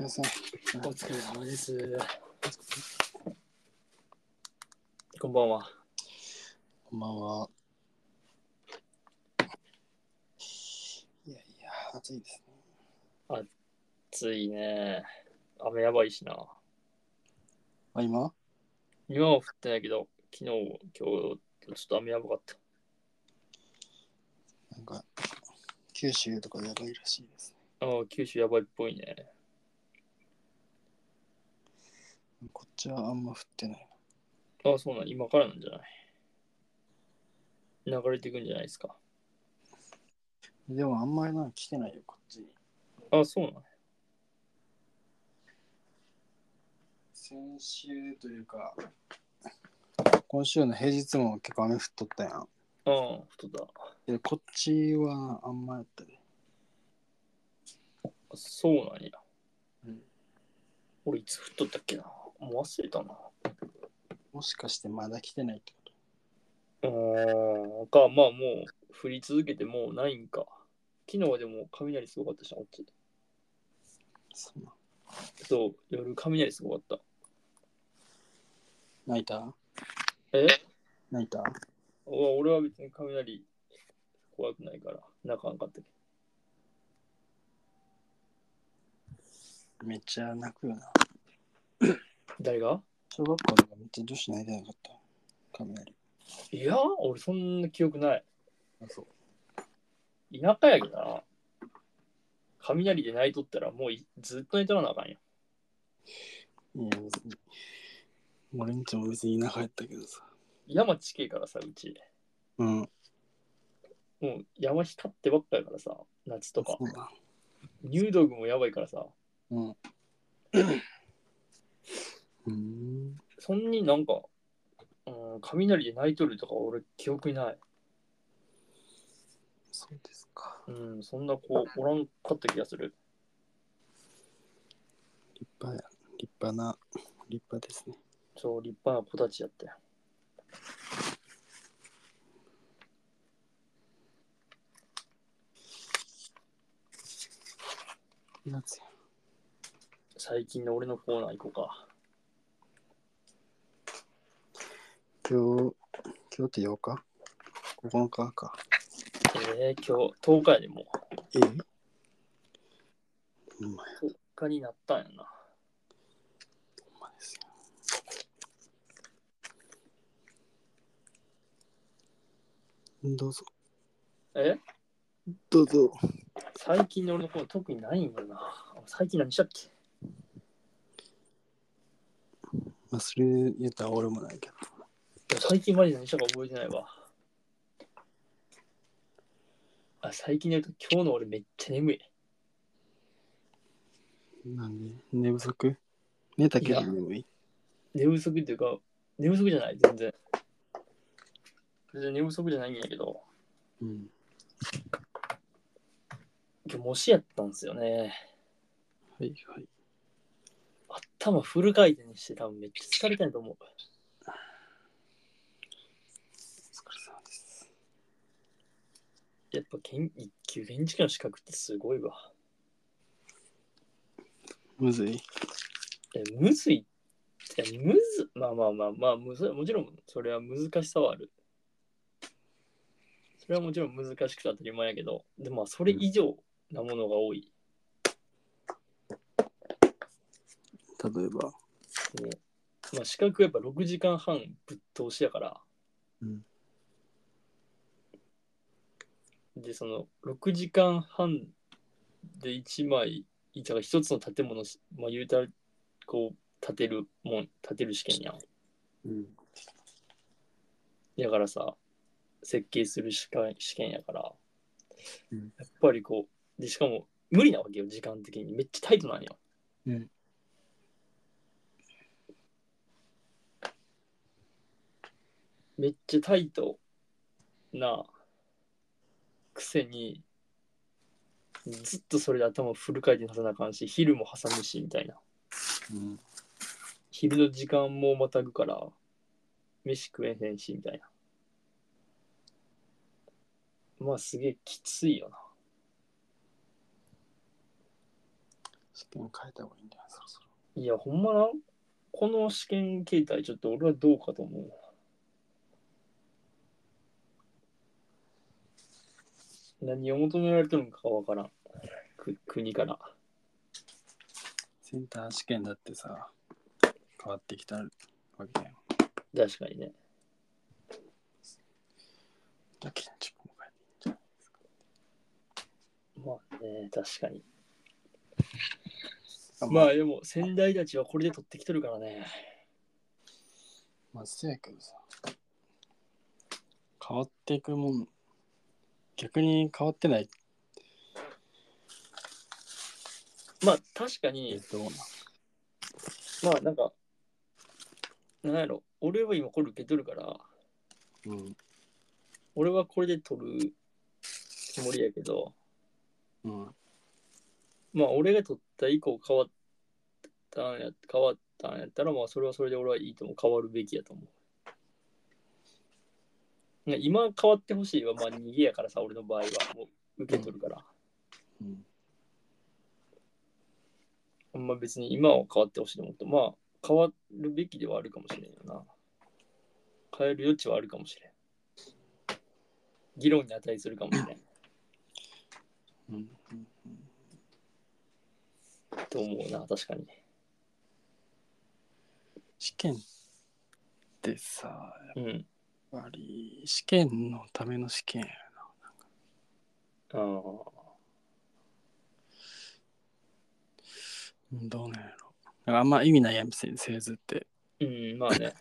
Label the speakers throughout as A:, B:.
A: れさん。
B: お疲れ様です。こんばんは。
A: こんばんは。いやいや、暑いですね。
B: ついね。雨やばいしな。
A: あ、今
B: 今は降ってないけど、昨日、今日、ちょっと雨やばかった。
A: なんか、九州とかやばいらしいです
B: ああ、九州やばいっぽいね。
A: ね。こっちはあんま降ってない。
B: ああ、そうなん、今からなんじゃない流れていくんじゃないですか。
A: でもあんまりなんか来てないよ、こっちに。
B: ああ、そうなん。
A: 先週というか、今週の平日も結構雨降っとったやん。
B: ああ、太だ。
A: で、こっちはあんまやったで。
B: あそうなんや。
A: うん
B: 俺、いつ降っとったっけな。もう忘れたな。
A: もしかしてまだ来てないってこと
B: あーか、まあもう降り続けてもうないんか。昨日はでも雷すごかったじゃん、こっち。
A: そんな。
B: そう、夜雷すごかった。
A: 泣いた
B: え
A: 泣いた
B: お俺は別に雷怖くないから、泣かんかったけど。
A: めっちゃ泣くよな。
B: 誰が
A: 小学校とかめっちゃ女子泣いてなかった。雷。
B: いや、俺そんな記憶ない。
A: あ、そう。
B: 田舎やけどな。雷で泣いとったらもういずっと寝とらなあかんや。
A: いや、別に。俺んちも別に田舎やったけどさ。
B: 山地形からさ、うち。
A: うん。
B: もう山光ってばっかやからさ、夏とか
A: そ。うだ
B: 入道具もやばいからさ。
A: うん。うーん。
B: そんになんか、うん、雷で泣いとるとか俺記憶にない。
A: そうですか。
B: うん、そんな子おらんかった気がする。
A: 立派や。立派な、立派ですね。
B: そう、立派な子たちやったよ。
A: 夏や。
B: 最近の俺のコーナー行こうか。
A: 今日、今日って8日 ?9 日か。
B: えー、今日10日やでも
A: ええほんまや、
B: う。10日になったんやな。
A: ほんまですよ。どうぞ、
B: え
A: どうぞ。
B: 最近の俺のコーナー特にないんやな。最近何したっけ
A: まあ、それ言ったら俺もないけど。
B: 最近まで何したか覚えてないわ。あ、最近で言うと今日の俺めっちゃ眠い。
A: なんで寝不足寝たけど
B: いや
A: 眠い
B: 寝不足っていうか、寝不足じゃない、全然。全然寝不足じゃないんやけど、
A: うん。
B: 今日模試やったんですよね。
A: はいはい。
B: 頭フル回転して多分めっちゃ疲れたんやと思う。
A: お疲れ様です。
B: やっぱ研一級建築の資格ってすごいわ。
A: むずい。
B: え、むずいって、むず、まあまあまあまあ、むずもちろんそれは難しさはある。それはもちろん難しくて当たり前やけど、でもまあそれ以上なものが多い。
A: 例えば。
B: もうまあ、資格やっぱ6時間半ぶっ通しやから、
A: うん
B: でその6時間半で1枚いたが一つの建物し、まあ、言うたらこう建てるもん建てる試験やん
A: うん。
B: やからさ設計する試験試験やから、
A: うん
B: やっぱりこうでしかも無理なわけよ時間的にめっちゃタイトなんよ
A: うん。
B: めっちゃタイトなくせにずっとそれで頭フル回転させなあかんし昼も挟むしみたいな
A: うん。
B: 昼の時間もまたぐから飯食えへんしみたいなまあすげえきついよな
A: 試験変えた方がいいんじゃないそろそろ。
B: いや、ほんまな、この試験形態、ちょっと俺はどうかと思う。何を求められてるのかわからん。く国から。
A: センター試験だってさ、変わってきたわけだよ。
B: 確かにね。
A: だ建築も変えていいんじゃない
B: まあね、確かに。
A: あま
B: ま
A: あ
B: あでも、先代たちはこれで取ってきてるからね。
A: まあ、せやけどさ。変わっていくもん、逆に変わってないって
B: まあ確かに、
A: どうなん
B: まあなんか、なんやろ、俺は今これ受け取るから、
A: うん。
B: 俺はこれで取るつもりやけど、
A: うん。
B: まあ俺が取った以降変わったんや変わったんやったらまあそれはそれで俺はいいと思う変わるべきやと思う。ね今変わってほしいはまあ逃げやからさ俺の場合はもう受け取るから、
A: うん。
B: あんま別に今は変わってほしいと思うとまあ変わるべきではあるかもしれんよな変える余地はあるかもしれん議論に値するかもしれん
A: うん。
B: と思うな確かに
A: 試験ってさ、
B: うん
A: やっぱり試験のための試験やな。
B: あー
A: うんどうなんやろ。だからあんま意味ないやん、せ製図って。
B: うんまあね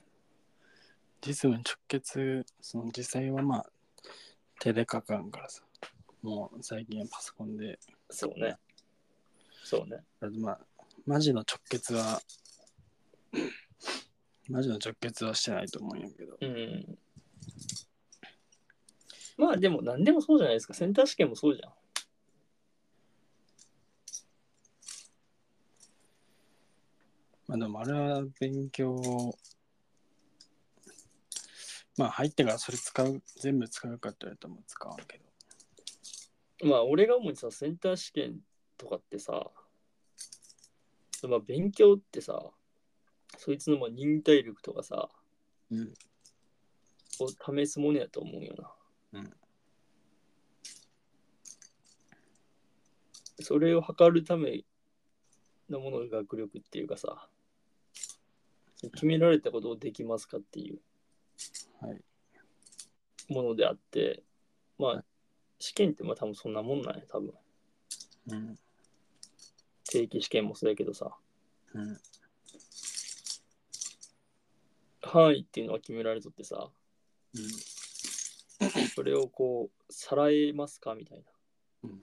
A: 実務に直結、その実際はまあ、手で書かんからさ。もう最近はパソコンで、
B: そうねそうね
A: まあ、マジの直結は、 マジの直結はしてないと思うんやけど。
B: うんまあでも何でもそうじゃないですか。センター試験もそうじゃん。
A: まあでもあれは勉強をまあ入ってからそれ使う、全部使うかって言われたらもう使わんけど。
B: まあ俺が主にさ、センター試験とかってさ、まあ勉強ってさ、そいつのまあ忍耐力とかさ、
A: うん。
B: を試すものやと思うよな。
A: うん
B: それを測るためのものが学力っていうかさ、決められたことをできますかっていう。
A: はい。
B: ものであって、ま
A: は
B: あ、試験ってまあ多分そんなもんなんや、多分。
A: うん。
B: 定期試験もそうやけどさ、
A: うん。
B: 範囲っていうのは決められとってさ、
A: うん。
B: それをこう、さらえますかみたいな
A: うん。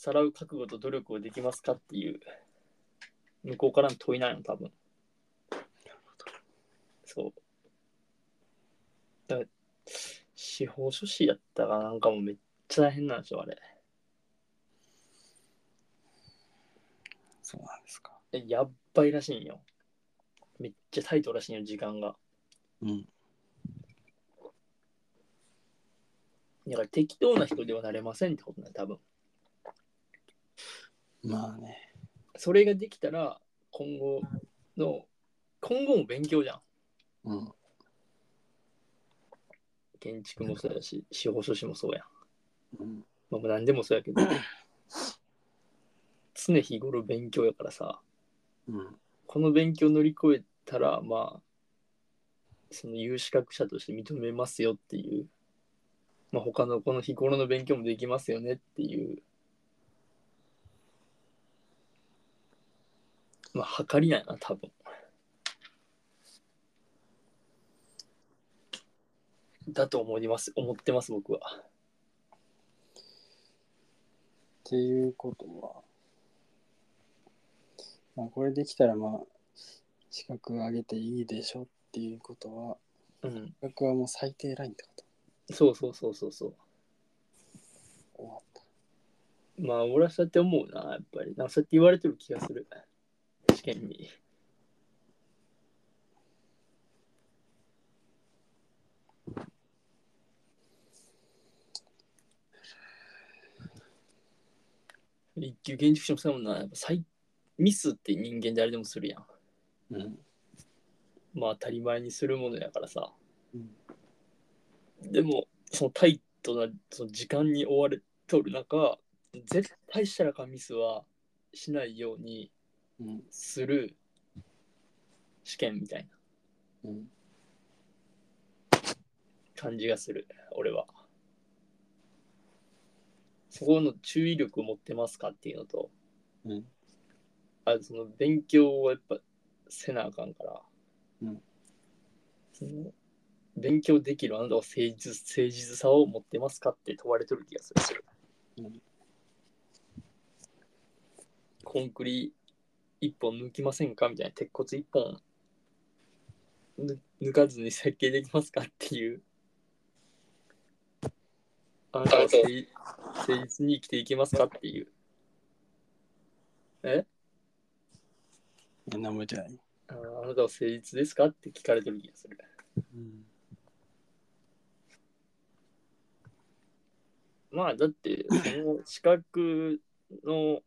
B: さらう覚悟と努力をできますかっていう、向こうからの問いなんよ、多分。そう。だから司法書士やったかなんかもめっちゃ大変なんでしょ、あれ。
A: そうなんですか。
B: えやっばいらしいんよ。めっちゃタイトらしいんよ、時間が。
A: うん。
B: だから適当な人ではなれませんってことね、多分。
A: まあね。
B: それができたら、今後の、今後も勉強じゃん。
A: うん。
B: 建築もそうやし、司法書士もそうやん。
A: うん。
B: まあ、何でもそうやけど。常日頃勉強やからさ、
A: うん。
B: この勉強乗り越えたら、まあ、その有資格者として認めますよっていう、まあ、他のこの日頃の勉強もできますよねっていう、まあ、測りないな、多分。だと思います、思ってます、僕は。
A: っていうことは、まあこれできたらまあ、資格上げていいでしょっていうことは、
B: うん、
A: 資格はもう最低ラインってこと。
B: そうそうそうそうそう。
A: 終わった。
B: まあ、俺はそうやって思うな、やっぱり。なんかそうやって言われてる気がする。試験に。一級建築士もそうやもんなやっぱ最ミスって人間誰でもするやん
A: うん。
B: まあ当たり前にするものやからさ、
A: うん
B: でもそのタイトなその時間に追われとる中絶対したらかミスはしないように
A: うん。
B: する試験みたいな
A: うん。
B: 感じがする俺はそこの注意力を持ってますかっていうのと
A: うん。
B: あその勉強はやっぱせなあかんから、
A: うん
B: その勉強できるあなたは誠実誠実さを持ってますかって問われてる気がする、
A: うん
B: コンクリ一本抜きませんかみたいな鉄骨一本ぬ抜かずに設計できますかっていうあなたは誠誠実に生きていけますかっていう
A: え、なんもじゃない。
B: あのあなたは誠実ですかって聞かれてる気がする。
A: うん。
B: まあだって、その資格の、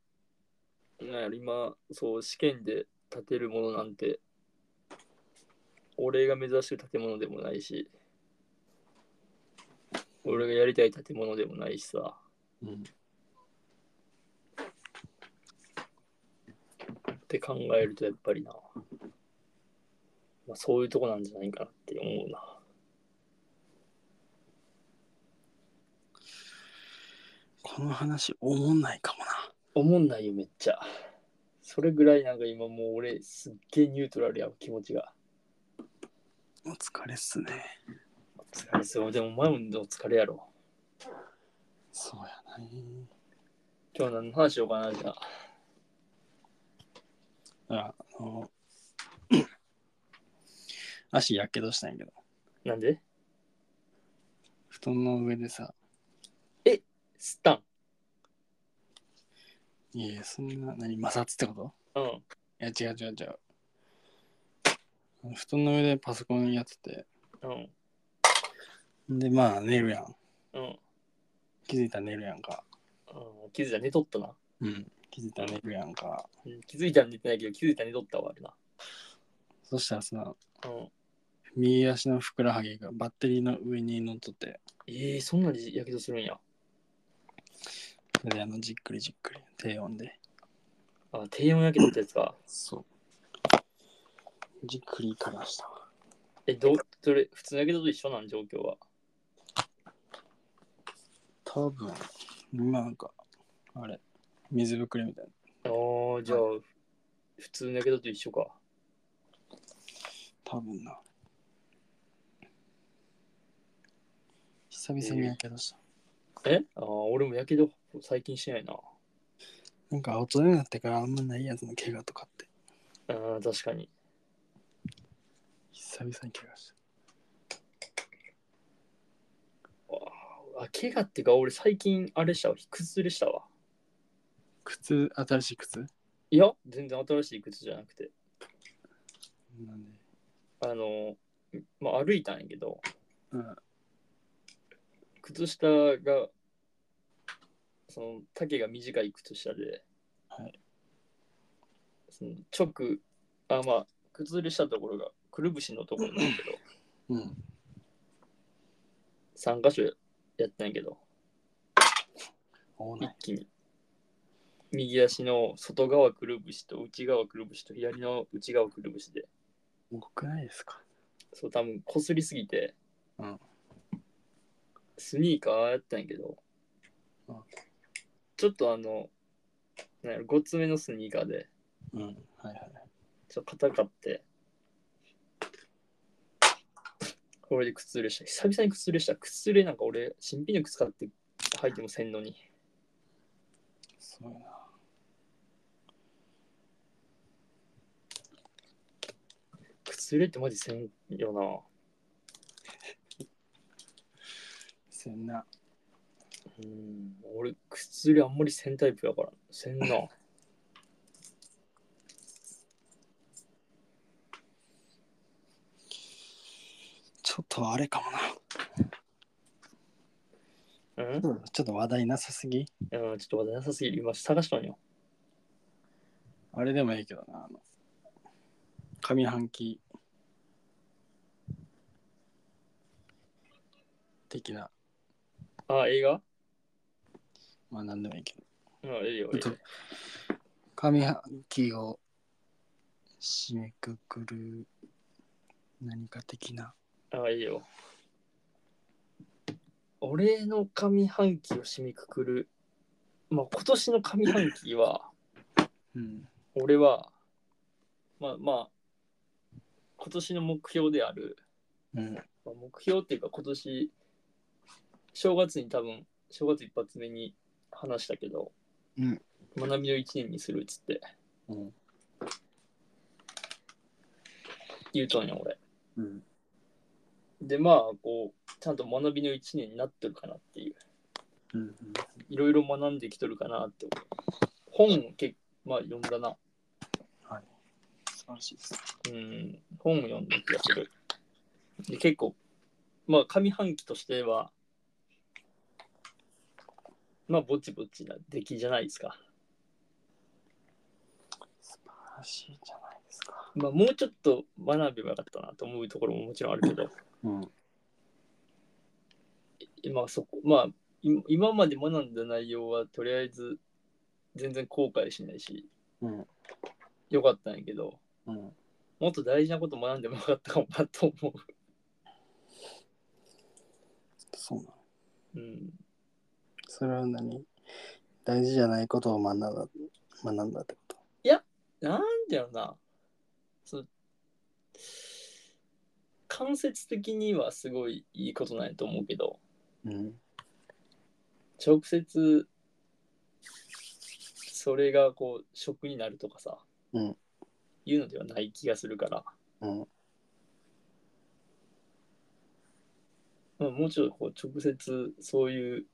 B: なんやろ今、そう、試験で建てるものなんて、俺が目指してる建物でもないし、俺がやりたい建物でもないしさ、
A: うん。
B: って考えるとやっぱりな、まあ、そういうとこなんじゃないかなって思うな。
A: この話、おもんないかもな。
B: 思んないよ、めっちゃ。それぐらいなんか今もう俺すっげえニュートラルやん、気持ちが。
A: お疲れっすね。
B: お疲れそう。でも、前もお疲れやろ。
A: そうやな、
B: 今日何の話しようかな、じゃあ。
A: ああの足やけどしたんやけど
B: なんで
A: 布団の上でさ
B: 吸ったん
A: いやいやそんな何摩擦ってこと
B: うん。
A: いや違う違う違うあの布団の上でパソコンやってて
B: うん。
A: でまあ寝るやん
B: うん。
A: 気づいたら寝るやんか
B: うん、気づいたら寝とったな。
A: うん気づいたら寝るやんか
B: うん、気づいたら寝てないけど、気づいたら寝とったわ、あるな。
A: そしたらさ
B: うん。
A: 右足のふくらはぎがバッテリーの上に乗っとって
B: ええそんなにやけどするんや。
A: それであのじっくりじっくり低温で
B: あ、低温やけどってやつか。
A: そうじっくりからしたわ
B: え、どう、それ、普通のやけどと一緒なん、状況は。
A: 多分今なんかあれ水ぶくれみたいな
B: ああ、じゃあ、普通のやけどと一緒か。
A: 多分な久々にやけどした、
B: えああ、俺もやけど最近してないな。
A: なんか大人になってからあんまないやつの怪我とかって
B: うん、確かに。
A: 久々に怪我した
B: あ、怪我ってか、俺最近あれしたわ、崩れしたわ。
A: 靴新しい靴
B: いや、全然新しい靴じゃなくて。
A: なんで
B: あの、まあ、歩いたんやけど、
A: うん
B: 靴下が、その丈が短い靴下で、
A: はい
B: その直、あ、まあ、靴ずれしたところが、くるぶしのところなんやけ ど、
A: うん
B: 3箇所やったんやけど、
A: おー
B: 一
A: ない
B: 気に。右足の外側くるぶしと内側くるぶしと左の内側くるぶしで、
A: 重くないですか
B: そう、多分こすりすぎて、
A: うん
B: スニーカーやったんやけど、
A: うん
B: ちょっとあの、なんやろ、ごつめのスニーカーで、
A: うんはいはい
B: ちょっと硬かって、これで靴ずれした。久々に靴ずれした。靴ずれなんか俺、新品の靴買って履いてもせんのに。
A: そうやな
B: 靴ずれってマジせんよな。
A: せんな
B: うん、俺、靴ずれあんまりせんタイプやから、せ んな。
A: ちょっとあれかもな
B: うん、
A: ちょっと話題なさすぎ
B: うん、ちょっと話題なさすぎる。今探したんよ。
A: あれでもいいけどな、あの、上半期的な、
B: あ、映画
A: まあ何でもいいけど、
B: うん、いいよ。いいよ
A: 上半期を締めくくる何か的な、
B: あ、いいよ。俺の上半期を締めくくる。まあ、今年の上半期は、
A: うん、
B: 俺は、まあまあ、今年の目標である、
A: うん、
B: まあ、目標っていうか今年、正月に多分、正月一発目に話したけど、
A: うん
B: 学びを一年にするっつって
A: うん、
B: 言うとんや、俺。
A: うん、
B: で、まあ、こう、ちゃんと学びの一年になってるかなっていう。
A: うん、
B: いろいろ学んできとるかなって思う。本結まあ読んだな。
A: 素晴らしいです。
B: うん、本を読んだ気がする。で結構、まあ上半期としては、まあぼちぼちな出来じゃないですか。
A: 素晴らしいじゃないですか。
B: まあもうちょっと学べばよかったなと思うところももちろんあるけど、
A: うん、
B: まあそこ、まあい今まで学んだ内容はとりあえず全然後悔しないし、
A: うん、
B: よかったんやけど、
A: うん、
B: もっと大事なこと学んでもよかったかもなと思う。
A: そうなの。
B: うん
A: それは何大事じゃないことを学んだ、学んだってこと
B: なんだよな。そう間接的にはすごいいいことないと思うけど、
A: うん、
B: 直接それがこう職になるとかさ、
A: うん
B: いうのではない気がするから、
A: うん、
B: まあ、もうちょっとこう直接そういう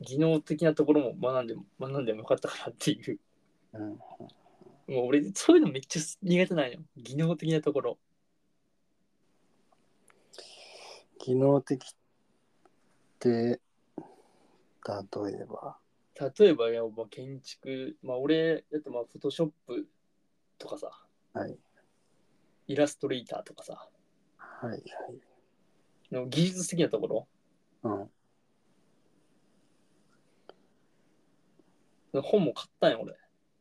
B: 技能的なところも学んでも学んでもよかったかなっていう。
A: うん、
B: もう俺そういうのめっちゃ苦手なんよ。技能的なところ。
A: 機能的って例えば
B: 例えばや、まあ、建築、まあ、俺だってまあフォトショップとかさ
A: はい
B: イラストレーターとかさ
A: はいはい
B: の技術的なところ
A: うん
B: の本も買ったんよ俺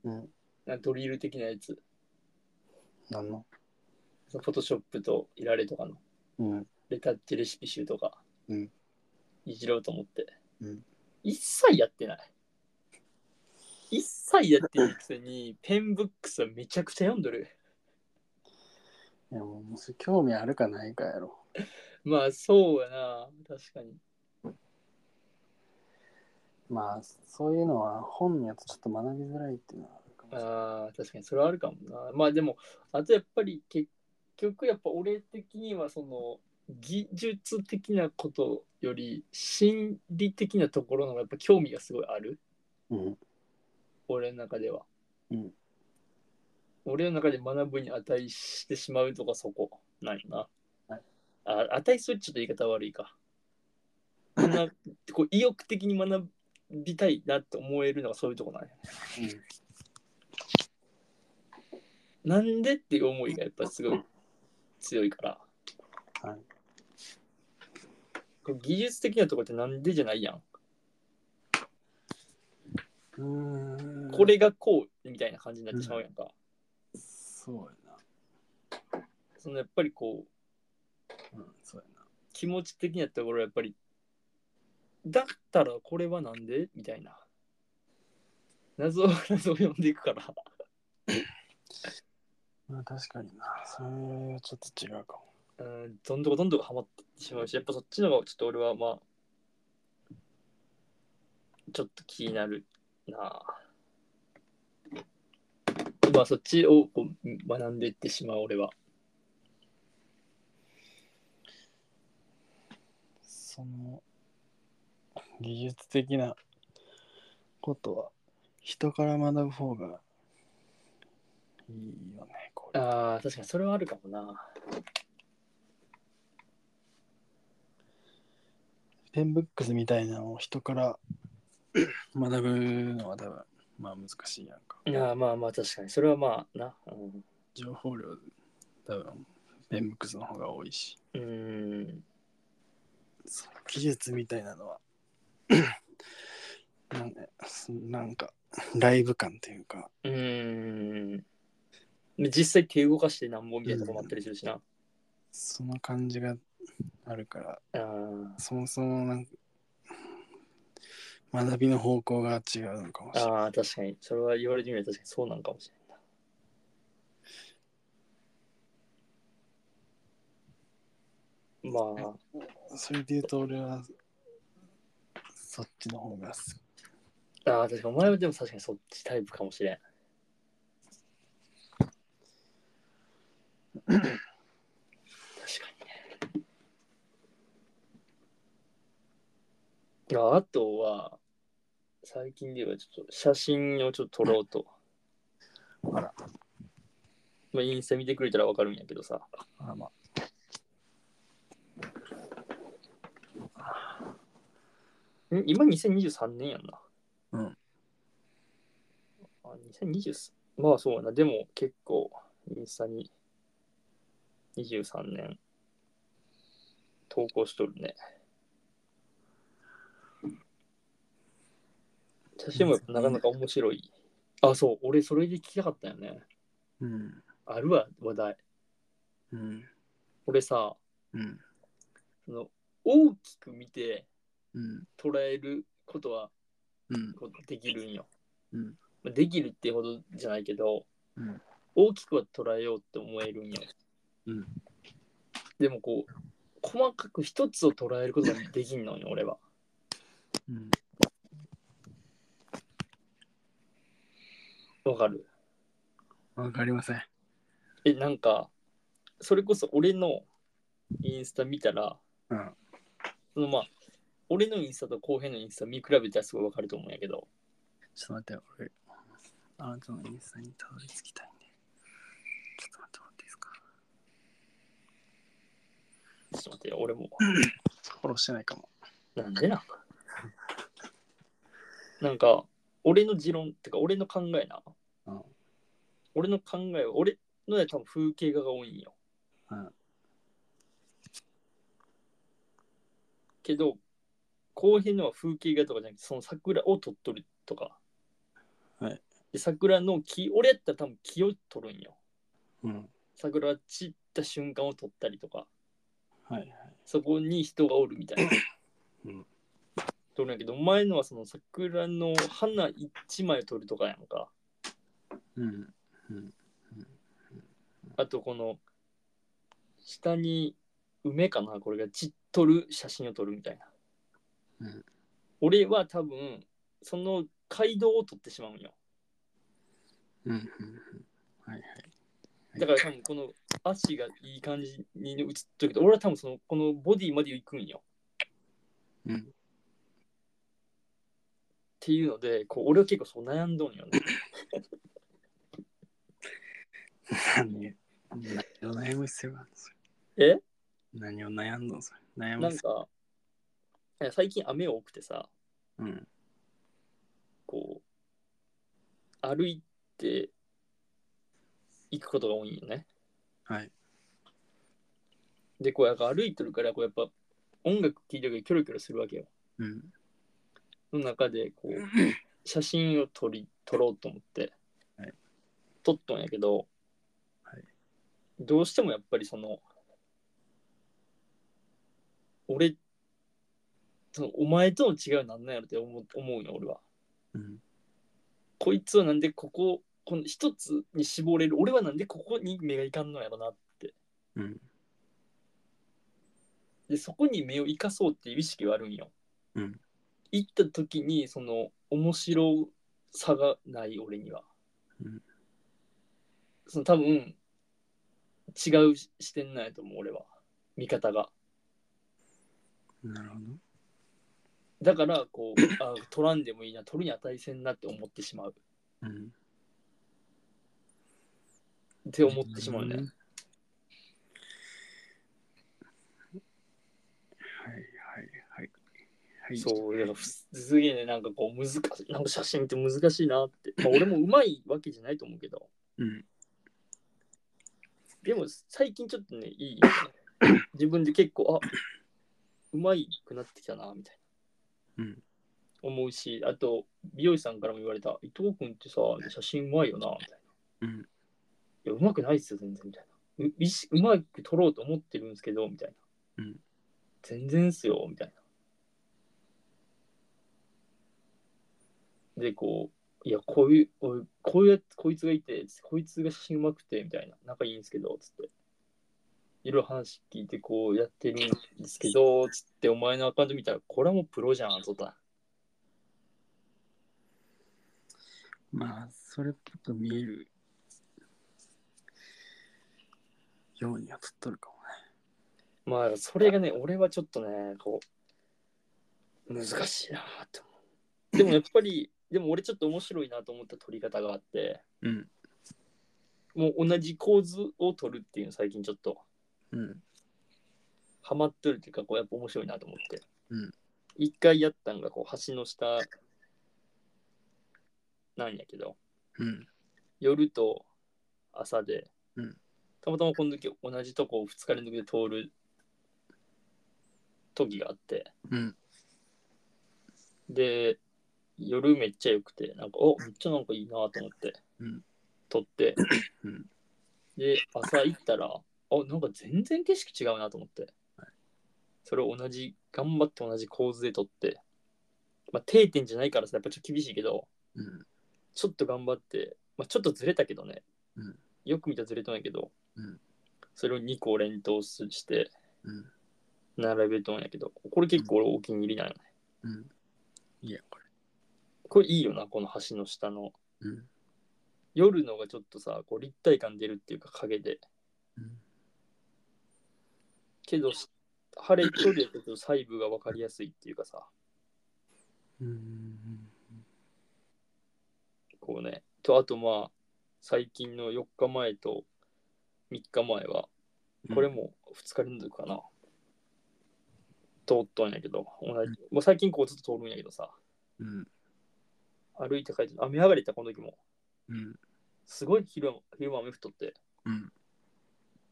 A: うん
B: なんかドリル的なやつ
A: 何の
B: そのフォトショップとイラレとかの
A: うん
B: レタッチレシピ集とか、
A: うん
B: いじろうと思って、
A: うん
B: 一切やってない一切やってないくせにペンブックスはめちゃくちゃ読んどる
A: いやもうもうそれ興味あるかないかやろ
B: まあそうやな確かに
A: まあそういうのは本のやつちょっと学びづらいっていうのはあるかもしれない
B: あー確かにそれはあるかもな。まあでも、あとやっぱり結局やっぱ俺的にはその技術的なことより心理的なところの方がやっぱ興味がすごいある、
A: うん
B: 俺の中では。
A: うん
B: 俺の中で学ぶに値してしまうとかそこなんよな。
A: はい
B: あ値するってちょっと言い方悪いか。そんなこう意欲的に学びたいなって思えるのがそういうとこなんや。なんでっていう思いがやっぱすごい強いから。
A: はい
B: こう技術的なところってなんでじゃないやん。
A: うんうーん
B: これがこうみたいな感じになってしまうやんか。
A: そうや
B: そのやっぱりこう
A: なうんそうやな
B: 気持ち的なところはやっぱりだったらこれはなんでみたいな。謎を謎を読んでいくから。
A: まあ確かになそれはちょっと違うかも
B: うん、どんどこどんどこハマってしまうし、やっぱそっちの方がちょっと俺はまあ、ちょっと気になるなあ。まあそっちをこう学んでいってしまう俺は。
A: その技術的なことは人から学ぶ方がいいよねこれ
B: ああ、確かにそれはあるかもな。
A: ペンブックスみたいなのを人から学ぶのは多分、まあ難しいやんか。
B: いやまあまあ確かにそれはまあなうん
A: 情報量、多分、ペンブックスの方が多いし、
B: うーん
A: その技術みたいなのは、 なんでなんか、ライブ感というか、
B: うーん実際手動かしてなんぼみたいなとこもあったりするしな、
A: その感じがあるから、
B: あ
A: そもそもなんか、学びの方向が違うのかもし
B: ー
A: れない。
B: あー確かにそれは言われてみれば確かにそうなんかもしれないなまあ
A: それで言うと俺は、そっちの方が好き。
B: ああ、確かに、お前はでも確かにそっちタイプかもしれん。確かにね。ああとは、最近で言えばちょっと写真をちょっと撮ろうと。
A: あら、
B: まあ、インスタ見てくれたらわかるんやけどさ。
A: あらま
B: ん今2023年やんな。
A: うん。
B: あ、2020す。まあそうやな。でも結構、インスタに23年投稿しとるね。写真もやっぱなかなか面白い。あ、そう。俺それで聞きたかったよね。
A: うん、
B: あるわ、話題。
A: うん、
B: 俺さ、
A: うん、
B: その大きく見て
A: うん、
B: 捉えることは
A: うん、
B: こうできるんよ。
A: うん
B: まあできるってほどじゃないけど、
A: うん
B: 大きくは捉えようって思えるんよ。
A: うん
B: でもこう細かく一つを捉えることができんのよ俺は。
A: うん。
B: わかる
A: わかりません。
B: えなんかそれこそ俺のインスタ見たら
A: うん、
B: そのまあ俺のインスタと後編のインスタ見比べたらすごいわかると思うんやけど
A: ちょっと待ってよ、俺、あなたのインスタにたどり着きたいんで。ちょっと待ってもらっていいですか。
B: ちょっと待ってよ俺も
A: フォローしてないかも。
B: なんでなんなんか俺の持論ってか俺の考えな、
A: うん
B: 俺の考えは俺のや多分風景画が多いんよ、
A: うん
B: けど後編のは風景画とかじゃなくてその桜を撮っとるとか、
A: はい
B: で桜の木俺やったら多分木を撮るんよ
A: うん、
B: 桜が散った瞬間を撮ったりとか
A: はいはい。
B: そこに人がおるみたいな。
A: うん
B: 撮るんやけど、前のはその桜の花一枚撮るとかやんか。
A: うん、
B: あとこの下に梅かなこれがちっとる写真を撮るみたいな。
A: うん
B: 俺は多分その街道を撮ってしまうんよ。
A: うん、うん、はいはい。
B: だから多分この足がいい感じに写っとるけど、俺は多分そのこのボディまで行くんよ。
A: うん、
B: っていうので、こう俺は結構そう悩んどんよね。
A: 何何を悩む必要があるのそれ
B: え
A: 何を悩んどんそれ悩む
B: なん
A: 必
B: か、え最近雨多くてさ、
A: 要うん、
B: こう、歩いて行くことが多いんよね。
A: はい。
B: で、こう、やっぱ歩いてるから、こう、やっぱ音楽聴いてるからキョロキョロするわけよ。
A: うん、
B: の中で、 こう、写真を撮り、撮ろうと思って
A: はい、
B: 撮っとんやけど、
A: はい
B: どうしてもやっぱりその、俺、そのお前との違いは何なんやろって思う思うよ、俺は。
A: うん、
B: こいつはなんでこここの一つに絞れる俺はなんでここに目がいかんのやろなって
A: うん、
B: でそこに目を生かそうっていう意識はあるんよ、
A: うん
B: 行った時にその面白さがない俺には、
A: うん
B: その多分違うし視点なんやと思う俺は見方が
A: なるほど。
B: だからこうあ取らんでもいいな取るに値せんなって思ってしまう
A: うん、
B: って思ってしまうね、
A: んはいはいはい。はい。
B: そう、だからふすげえね、なんかこう難しい、なんか写真って難しいなって。まあ、俺もうまいわけじゃないと思うけど、
A: うん。
B: でも最近ちょっとね、いい、自分で結構、あうまいくなってきたな、みたいな。
A: うん
B: 思うし、あと、美容師さんからも言われた、伊藤君ってさ、写真うまいよな、みたいな。
A: うん。
B: いや、うまくないっすよ、全然、みたいな。う意識うまく撮ろうと思ってるんですけど、みたいな。
A: うん
B: 全然っすよ、みたいな。で、こう、いや、こういう、おいこういうやつ、こいつがいて、つってこいつが写真うまくて、みたいな。仲いいんですけど、つって。いろいろ話聞いて、こうやってるんですけど、つって、お前のアカウント見たら、これはもうプロじゃん、とった。
A: まあ、それっぽく見えるようには撮っとるかもね。
B: まあ、それがね、俺はちょっとね、こう、難しいなと思う。でもやっぱり、でも俺ちょっと面白いなと思った撮り方があって、
A: うん。
B: もう同じ構図を撮るっていうの最近ちょっと
A: うん。
B: ハマってるっていうか、こうやっぱ面白いなと思って。
A: うん
B: 一回やったんが、こう、橋の下なんやけど、
A: うん。
B: 夜と朝で、
A: うん
B: たまたまこの時同じとこを2日連続で通る時があって、
A: うん。
B: で、夜めっちゃ良くて、なんか、おめっちゃなんかいいなと思って、
A: うん
B: 撮って、
A: うん
B: で、朝行ったら、あなんか全然景色違うなと思って、それを同じ、頑張って同じ構図で撮って、まあ、定点じゃないからさ、やっぱちょっと厳しいけど、
A: うん。
B: ちょっと頑張って、まあ、ちょっとずれたけどね、
A: うん
B: よく見たらずれたんやけど、
A: うん
B: それを2個連投すして、
A: うん。
B: 並べとんやけど、これ結構俺お気に入りなんよね。
A: うん。いいや、こ
B: これいいよな、この橋の下の。
A: れ。うん。
B: 夜のがちょっとさこう立体感出るっていうか影で
A: うん。
B: けどし晴れとるやつだと細部が分かりやすいっていうかさ
A: うん。
B: こうねとあとまあ最近の4日前と3日前はこれも2日連続かな、通っとんやけど同じ、もう最近こうずっと通るんやけどさ
A: うん。
B: 歩いて帰って雨上がりたこの時も
A: うん。
B: すごい昼間昼間雨降っとって
A: うん。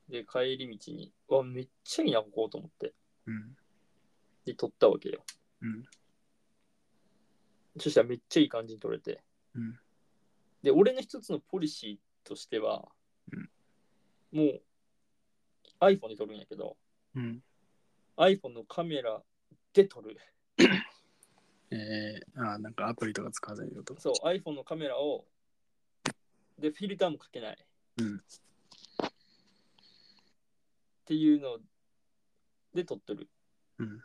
B: で帰り道にうわめっちゃいいなここと思って
A: うん。
B: で撮ったわけよ
A: うん。
B: そしたらめっちゃいい感じに撮れて。
A: うん
B: で、俺の一つのポリシーとしては、
A: うん
B: もう iPhone で撮るんやけど、
A: うん。
B: iPhone のカメラで撮る。
A: えー、あー、なんかアプリとか使わずにと。
B: そう、iPhone のカメラを、で、フィルターもかけない。
A: うん
B: っていうので撮っとる。
A: うん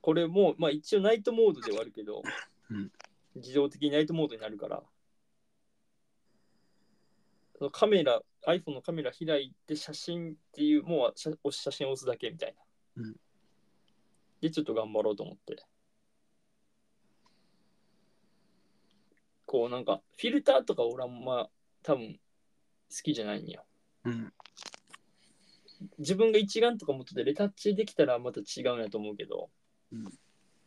B: これも、まあ一応ナイトモードではあるけど、
A: うん
B: 自動的にナイトモードになるから、そのカメラ、iPhone のカメラ開いて写真っていう、もう写写真を押すだけみたいな。
A: うん
B: で、ちょっと頑張ろうと思って。こうなんか、フィルターとか俺はまあ多分好きじゃないんよ。
A: うん。
B: 自分が一眼とか持っててレタッチできたらまた違うんやと思うけど、
A: うん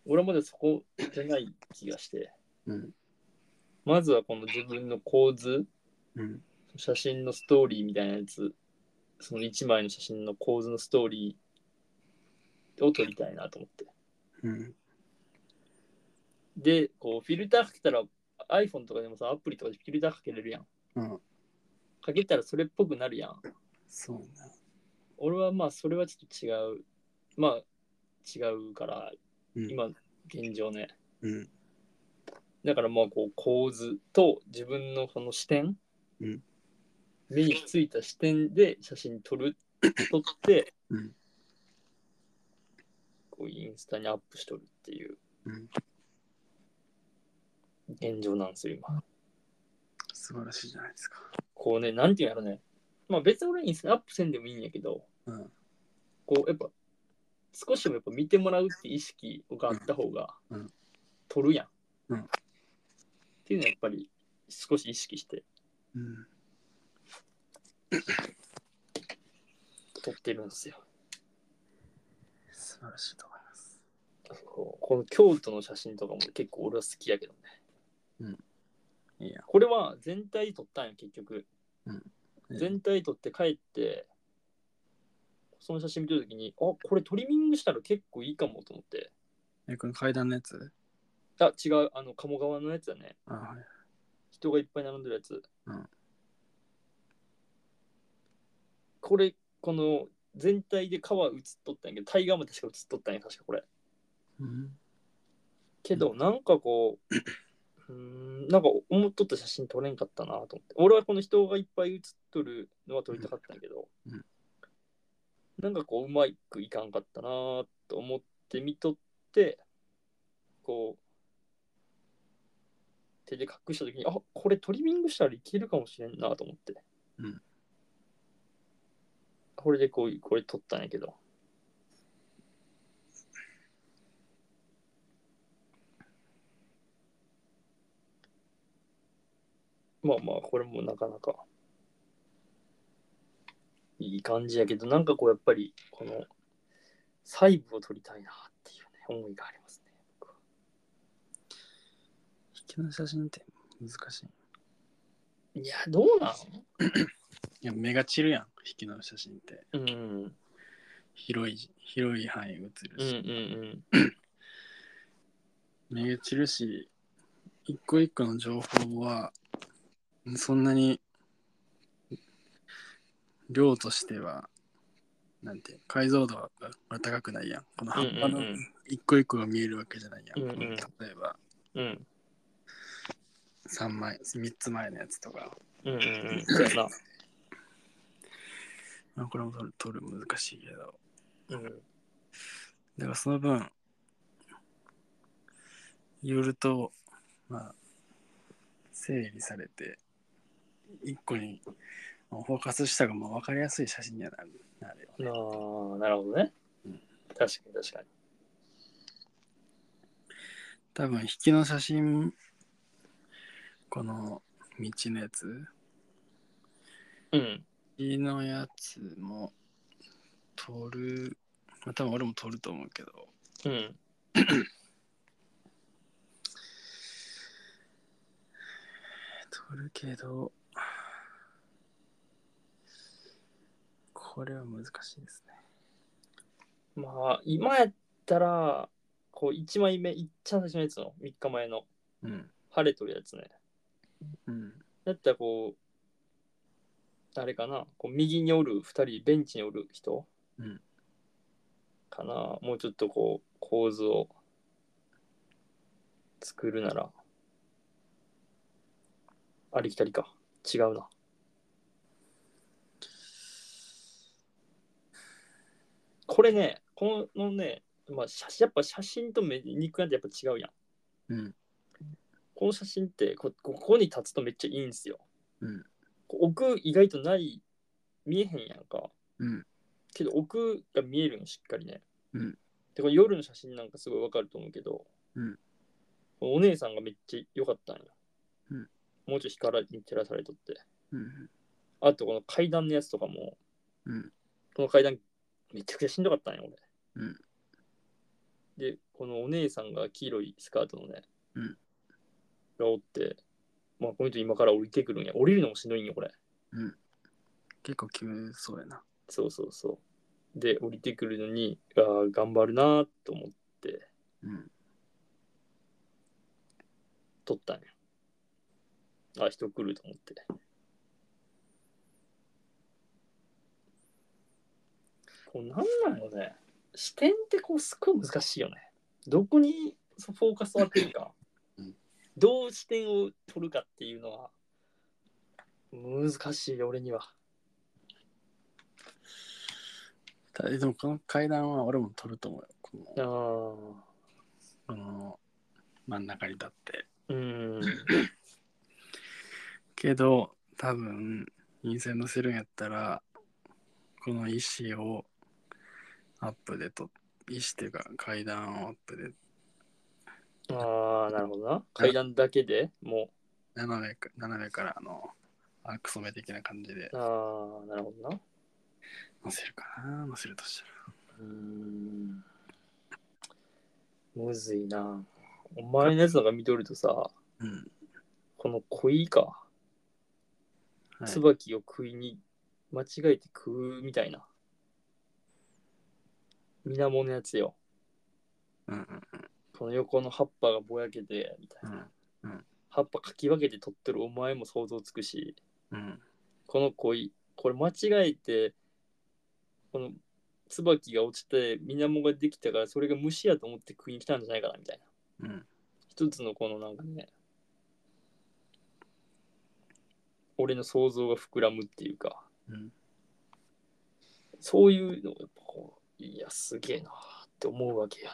B: 俺はまだそこじゃない気がして、
A: うん。
B: まずはこの自分の構図、
A: うん。
B: 写真のストーリーみたいなやつ、その一枚の写真の構図のストーリーを撮りたいなと思って。
A: うん。
B: で、こうフィルターかけたら iPhone とかでもさ、アプリとかでフィルターかけれるやん。
A: うん。
B: かけたらそれっぽくなるやん。
A: そうね。
B: 俺はまあそれはちょっと違うまあ違うから
A: うん
B: 今現状ね、
A: うん。
B: だからまあこう構図と自分のその視点、
A: うん
B: 目についた視点で写真撮る撮って、
A: うん
B: こうインスタにアップしとるっていう
A: うん。
B: 現状なんですよ今
A: 素晴らしいじゃないですか。
B: こうねなんていうんやろねまあ別に俺インスタにアップせんでもいいんやけど
A: うん。
B: こうやっぱ少しでもやっぱ見てもらうって意識があった方が
A: うんうん
B: 取るやん。
A: うん
B: っていうのはやっぱり少し意識して
A: うん。
B: 取ってるんですよ。
A: 素晴らしいと思います。
B: あこうこの京都の写真とかも結構俺は好きやけどね。
A: いいや。
B: これは全体撮ったんや、結局。
A: うん
B: 全体撮って帰って、その写真見たときに、あ、これトリミングしたら結構いいかもと思って。
A: え、これ階段のやつ
B: あ、違う、あの、鴨川のやつだね。
A: あ、はい。
B: 人がいっぱい並んでるやつ。
A: うん
B: これ、この全体で川映っとったんやけど、タイガーも確か映っとったんや、確かこれ。
A: うん。
B: けど、なんかこう、うーん、なんか思っとった写真撮れんかったなと思って。俺はこの人がいっぱい写っとるのは撮りたかったんやけど、
A: うんうん
B: なんかこう、うまくいかんかったなと思って見とって、こう、手で隠したときに、あこれトリミングしたらいけるかもしれんなと思って。
A: うん
B: これでこう、これ撮ったんやけど。まあまあ、これもなかなかいい感じやけど、なんかこう、やっぱり、この、細部を撮りたいなっていうね、思いがありますね。僕は
A: 引きの写真って難しい。
B: いや、どうない
A: や、目が散るやん、引きの写真って。
B: のうん。
A: 広い、広い範囲写る
B: うん
A: し。
B: うん
A: 目が散るし、一個一個の情報は、そんなに、量としては、なんて、解像度が高くないやん。この葉っぱの
B: うんうんうん
A: 一個一個が見えるわけじゃないやん。
B: うんうん
A: この例えば、
B: うん。うん。
A: 3枚、3つ前のやつとか。
B: うんうんうん。そうやな。
A: まあ、これも撮る撮る難しいけど。
B: うん。
A: だからその分、よると、まあ、整理されて、一個にまあフォーカスしたがもう分かりやすい写真にはなるなるよね。
B: ああ、なるほどね
A: うん。
B: 確かに確かに。
A: 多分、引きの写真、この道のやつ、
B: うん。
A: 道のやつも撮る、まあ、多分俺も撮ると思うけど、
B: うん。
A: 撮るけど、これは難しいですね。
B: まあ、今やったら、こう、1枚目、いっちゃん最初のやつの、3日前の、
A: うん。
B: 晴れとるやつね。
A: うん。
B: だったらこう、誰かな、こう右におる2人、ベンチにおる人、
A: うん
B: かな、もうちょっとこう、構図を作るなら、ありきたりか、違うな。これね、このね、まあ、写真やっぱ写真と目肉眼ってやっぱ違うやん。
A: うん。
B: この写真ってこここに立つとめっちゃいいんですよ。
A: うん
B: こう奥意外とない見えへんやんか。
A: うん。
B: けど奥が見えるのしっかりね。
A: うん
B: でこれ夜の写真なんかすごいわかると思うけど、
A: うん
B: このお姉さんがめっちゃ良かったんよ。
A: うん
B: もうちょい光に照らされとって。
A: うん。
B: あとこの階段のやつとかも、
A: うん
B: この階段めちゃくちゃしんどかったんよ俺。
A: うん
B: でこのお姉さんが黄色いスカートのね、
A: うん
B: がおって、まあ、この人今から降りてくるんや降りるのもしんどいんよこれ
A: 結構決めそうやな。
B: そうそうそうで降りてくるのにあー頑張るなーと思って
A: うん。
B: 撮ったんやあ人来ると思ってこうなんなのね視点ってこうすっごい難しいよねどこにそうフォーカスを当てるか、
A: うん
B: どう視点を取るかっていうのは難しいよ俺には
A: たでもこの階段は俺も撮ると思うよ。このこ
B: あー
A: の真ん中に立って。
B: うん
A: けど、多分、陰線乗せるんやったら、この石をアップでと、石っていうか階段をアップで
B: ああなるほどな 階段だけでも
A: 斜めか斜めからあの、アクソメ的な感じで
B: うああなるほどな
A: 乗せるかな、乗せるとしたら。
B: うーんむずいな。お前のやつなんか見とるとさ、
A: うん。
B: この恋か、
A: はい、
B: 椿を食いに間違えて食うみたいな。水面のやつよ。
A: うんうん
B: この横の葉っぱがぼやけて、みたいな。
A: うん
B: 葉っぱかき分けて取ってるお前も想像つくし、
A: うん
B: この恋、これ間違えて、この椿が落ちて水面ができたから、それが虫やと思って食いに来たんじゃないかな、みたいな。
A: うん
B: 一つのこのなんかね俺の想像が膨らむっていうか
A: うん
B: そういうのがやっぱこういやすげえなって思うわけよ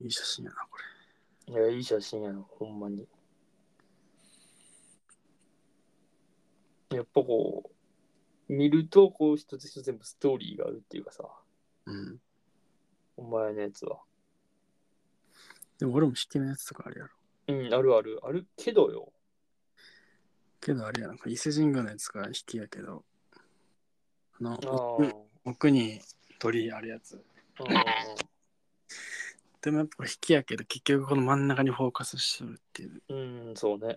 A: いい写真やなこれ
B: ねいやいい写真やなほんまにやっぱこう見るとこう一つ一つ全部ストーリーがあるっていうかさ
A: うん
B: お前のやつは
A: でも俺も引きのやつとかあるやろ
B: うんあるあるあるけどよ
A: けどあれやなんか伊勢神宮のやつが引きやけどあの
B: あ
A: うん奥に鳥あるやつ
B: あ
A: でもやっぱ引きやけど結局この真ん中にフォーカスしてるっていう
B: うんうんそうね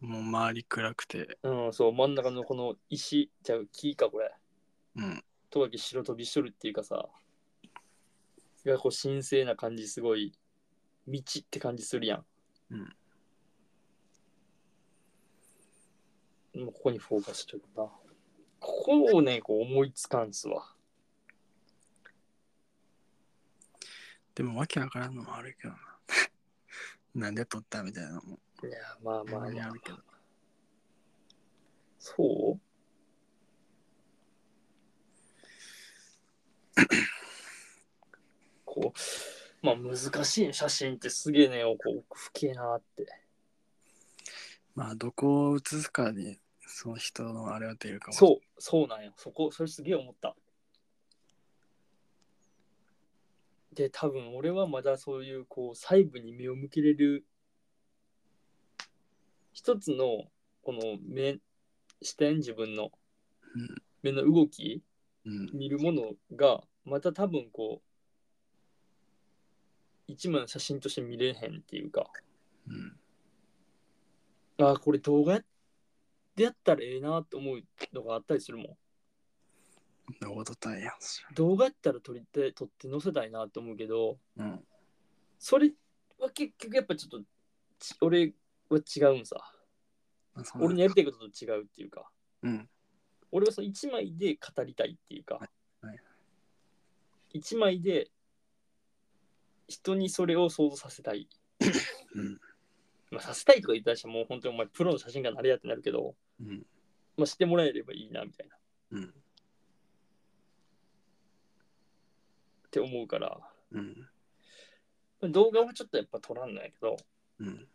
A: もう周り暗くて
B: うん、そう、真ん中のこの石、じゃう木か、これ。
A: うん
B: とわけ白飛びしとるっていうかさ。がこう、神聖な感じ、すごい。道って感じするやん。うん。もうここにフォーカスしてるな。ここをね、こう思いつかんすわ。
A: でもわけわからんのもあるけどな なんで撮ったみたいなのも
B: いや、まあまあ
A: たまに
B: ま
A: あ
B: あ
A: る。けど
B: そうこう、まあ難しいね写真ってすげえね、こう奥深いなって。
A: まあどこを写すかにその人のあれは出るかも
B: そう、そうなんよ。そこ、それすげえ思った。で、多分俺はまだそういうこう細部に目を向けれる一つのこの目、視点自分の
A: うん
B: 目の動き
A: うん
B: 見るものがまた多分こう一枚の写真として見れへんっていうか
A: うん
B: あーこれ動画でやったらええなと思うのがあったりするもん
A: どことたいやんそ
B: 動画やったら撮りて撮って載せたいなと思うけど
A: れうん
B: それは結局やっぱちょっとち俺は違うんさ
A: まあそう
B: 俺のやりたいことと違うっていうか
A: うん
B: 俺はその一枚で語りたいっていうか、
A: いはい
B: 一枚で人にそれを想像させたい
A: うん
B: まあ、させたいとか言ったらしてもう本当にお前プロの写真家になれやってなるけど、
A: うん
B: まあ、してもらえればいいなみたいなっ
A: うん
B: て思うから
A: うん
B: 動画はちょっとやっぱ撮らんないけど
A: うん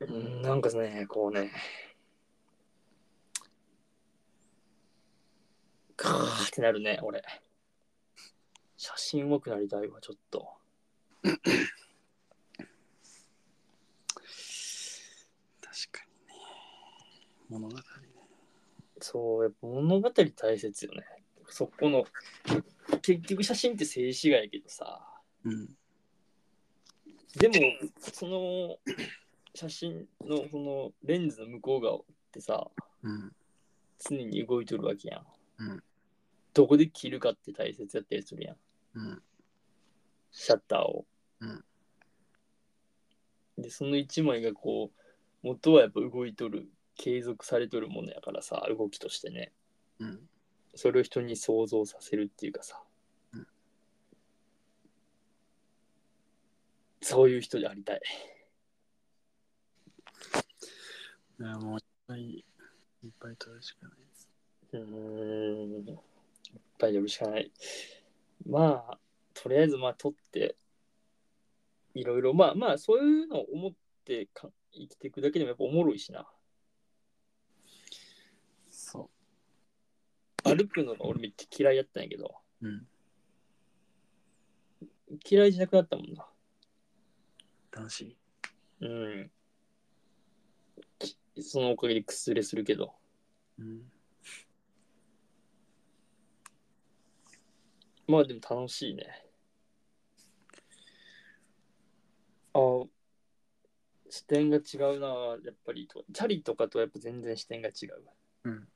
B: うんなんかねこうねカーってなるね俺写真上手くなりたいわちょっと
A: 確かにね物語ね
B: そうやっぱ物語大切よねそこの結局写真って静止画やけどさ
A: うん
B: でもその写真のそのレンズの向こう側ってさ
A: うん
B: 常に動いてるわけやん、
A: うん
B: どこで切るかって大切やったりするやん
A: うん
B: シャッターを、
A: うん
B: でその一枚がこう元はやっぱ動いとる継続されとるものやからさ動きとしてね
A: うん
B: それを人に想像させるっていうかさ、
A: うん
B: そういう人でありたい
A: いやもういっぱいいっぱい撮るしかないです
B: うーん、いっぱいやるしかない。まあ、とりあえず、まあ、取って、いろいろ、まあまあ、そういうのを思ってか生きていくだけでもやっぱおもろいしな。
A: そ
B: 歩くのが俺めっちゃ嫌いやったんやけど、
A: ううん
B: 嫌いじゃなくなったもんな。
A: 楽しい
B: うん。きそのおかげで崩れするけど。
A: うん
B: まあでも楽しいね。あ視点が違うな、やっぱりと。チャリとかとはやっぱ全然視点が違
A: う
B: う。
A: ん。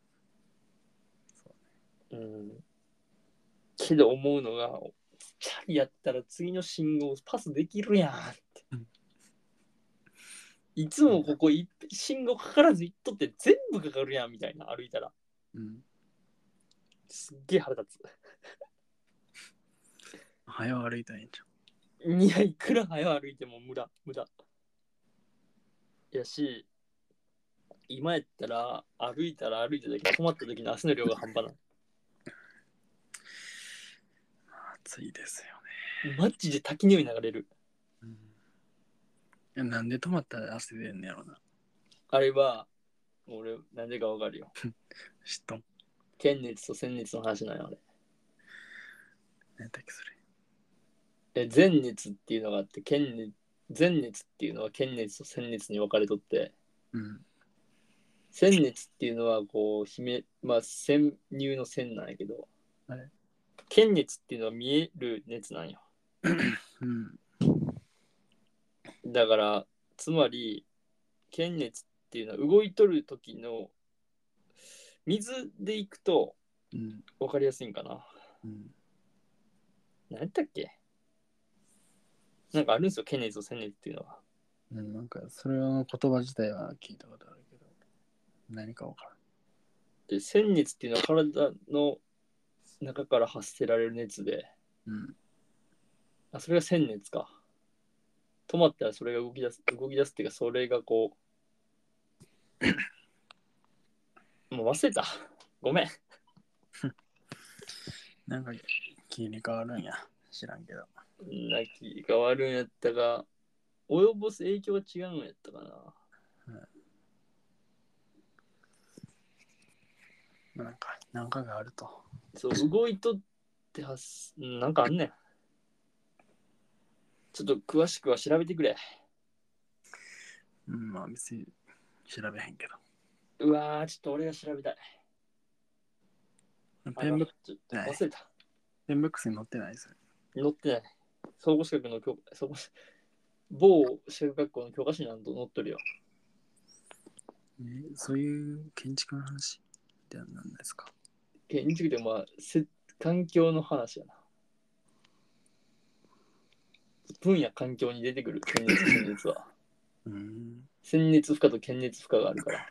B: うん。けど思うのが、チャリやったら次の信号パスできるやんって
A: うん。
B: いつもここい信号かからず行っとって全部かかるやんみたいな歩いたら。
A: うん。
B: すっげえ腹立つ。
A: 早歩いたらいいんじ
B: いや、いくら早歩いても無駄、無駄。やし、今やったら、歩いたら歩いただけ、困った時の足の量が半端ない。
A: ゃん。暑いですよ
B: マジで滝のように流れる。
A: ね。うん、なんで止まったら汗出んねやろな。
B: あれは、俺、なんでかわかるよ。
A: 知っとん。
B: 天熱と先熱の話なんよ、あれ。
A: 何やったっけそれ。
B: え、前熱っていうのがあって、剣熱前熱っていうのは剣熱と先熱に分かれとって、
A: うん。
B: 先熱っていうのは、こう、姫、まあ、潜入の線なんやけど
A: はい、
B: 剣熱っていうのは見える熱なんよ。
A: うん。
B: だからつまり検熱っていうのは動いとる時の水でいくと
A: うん。
B: 分かりやすいんかな
A: うん。
B: 何やったっけなんかあるんですよ検熱と鮮熱っていうのは
A: うん、なんか、それの言葉自体は聞いたことあるけど、何かわからん。
B: で鮮熱っていうのは体の中から発せられる熱で
A: うん。
B: あそれが鮮熱か止まったらそれが動き出す動き出すっていうかそれがこう もう忘れたごめん
A: なんか、切り替わるんや。知らんけど。
B: 泣きが悪いんやったが、及ぼす影響が違うんやったか
A: まあなんか、なんかがあると。
B: な。そう、動いとってはす、なんかあんねん。ちょっと詳しくは調べてくれ。
A: うん、まあ別に調べへんけど。
B: うわー、ちょっと俺が調べたい。あ
A: ペンブ
B: の
A: ック
B: ちょっと忘れた。
A: ペンブックスに載ってないですよ。
B: 載ってない。総合資格の教科、総合資某資格学校の教科書になんと載っとるよ。
A: えそういう建築の話って何なんですか
B: 建築でまあせ環境の話やな分野環境に出てくる検熱検熱は
A: うん。
B: 潜熱負荷と検熱負荷があるから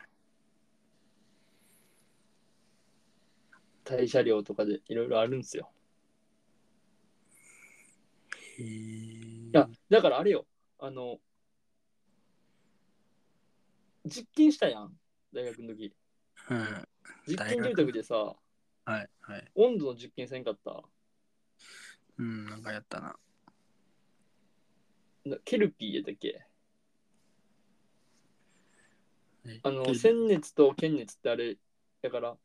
B: 代謝量とかでいろいろあるんですよ
A: へえ。
B: いやだからあれよあの実験したやん大学の時
A: うん。
B: 実験住宅でさ
A: はい、はい。
B: 温度の実験せんかった
A: うん、なんかやったな。
B: なケルピーやったっけ
A: え
B: あの、鮮熱と検熱ってあれ、だから、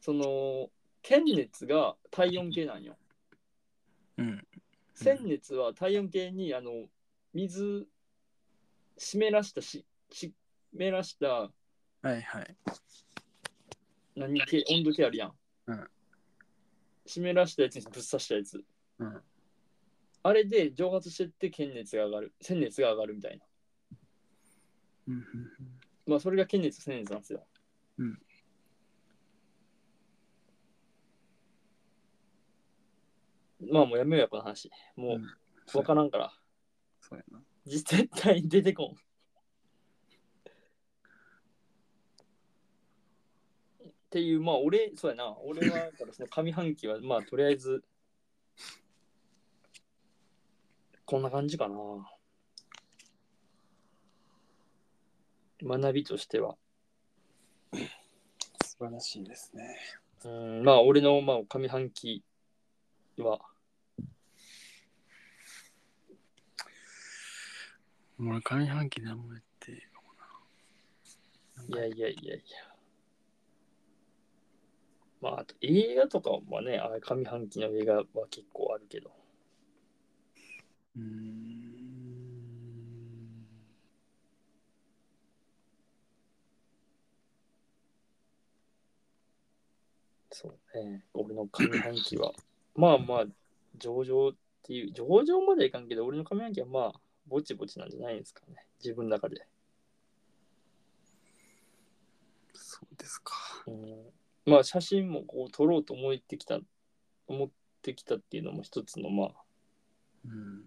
B: その、検熱が体温計なんよ。
A: うん。
B: 鮮熱は体温計に、あの、水、湿らしたし、湿らした、
A: はい、はい。
B: 何計、温度計あるやん。
A: うん
B: 湿らしたやつにぶっ刺したやつ。
A: うん。
B: あれで蒸発してって検熱が上がる。鮮熱が上がるみたいな。
A: うん
B: まあ、それが検熱と鮮熱なんですよ。
A: うん
B: まあもうやめようやこの話。も
A: うん
B: うわからんから。
A: そうやな。
B: 絶対に出てこん。っていう、まあ俺、そうやな、俺はだからその上半期は、まあとりあえず、こんな感じかな。学びとしては。
A: 素晴らしいですね。
B: うん、まあ俺の、まあ、上半期は、
A: 俺、上半期何もやって。
B: いやいやいやいや。まあ、あと映画とかはね、あ上半期の映画は結構あるけど。
A: うーん。
B: そうね。俺の上半期はまあまあ、上々っていう、上々まではいかんけど、俺の髪の毛はまあ、ぼちぼちなんじゃないですかね。自分の中で。
A: そうですか。
B: うん、まあ、写真もこう撮ろうと思ってきた、思ってきたっていうのも一つの、まあ、
A: うん。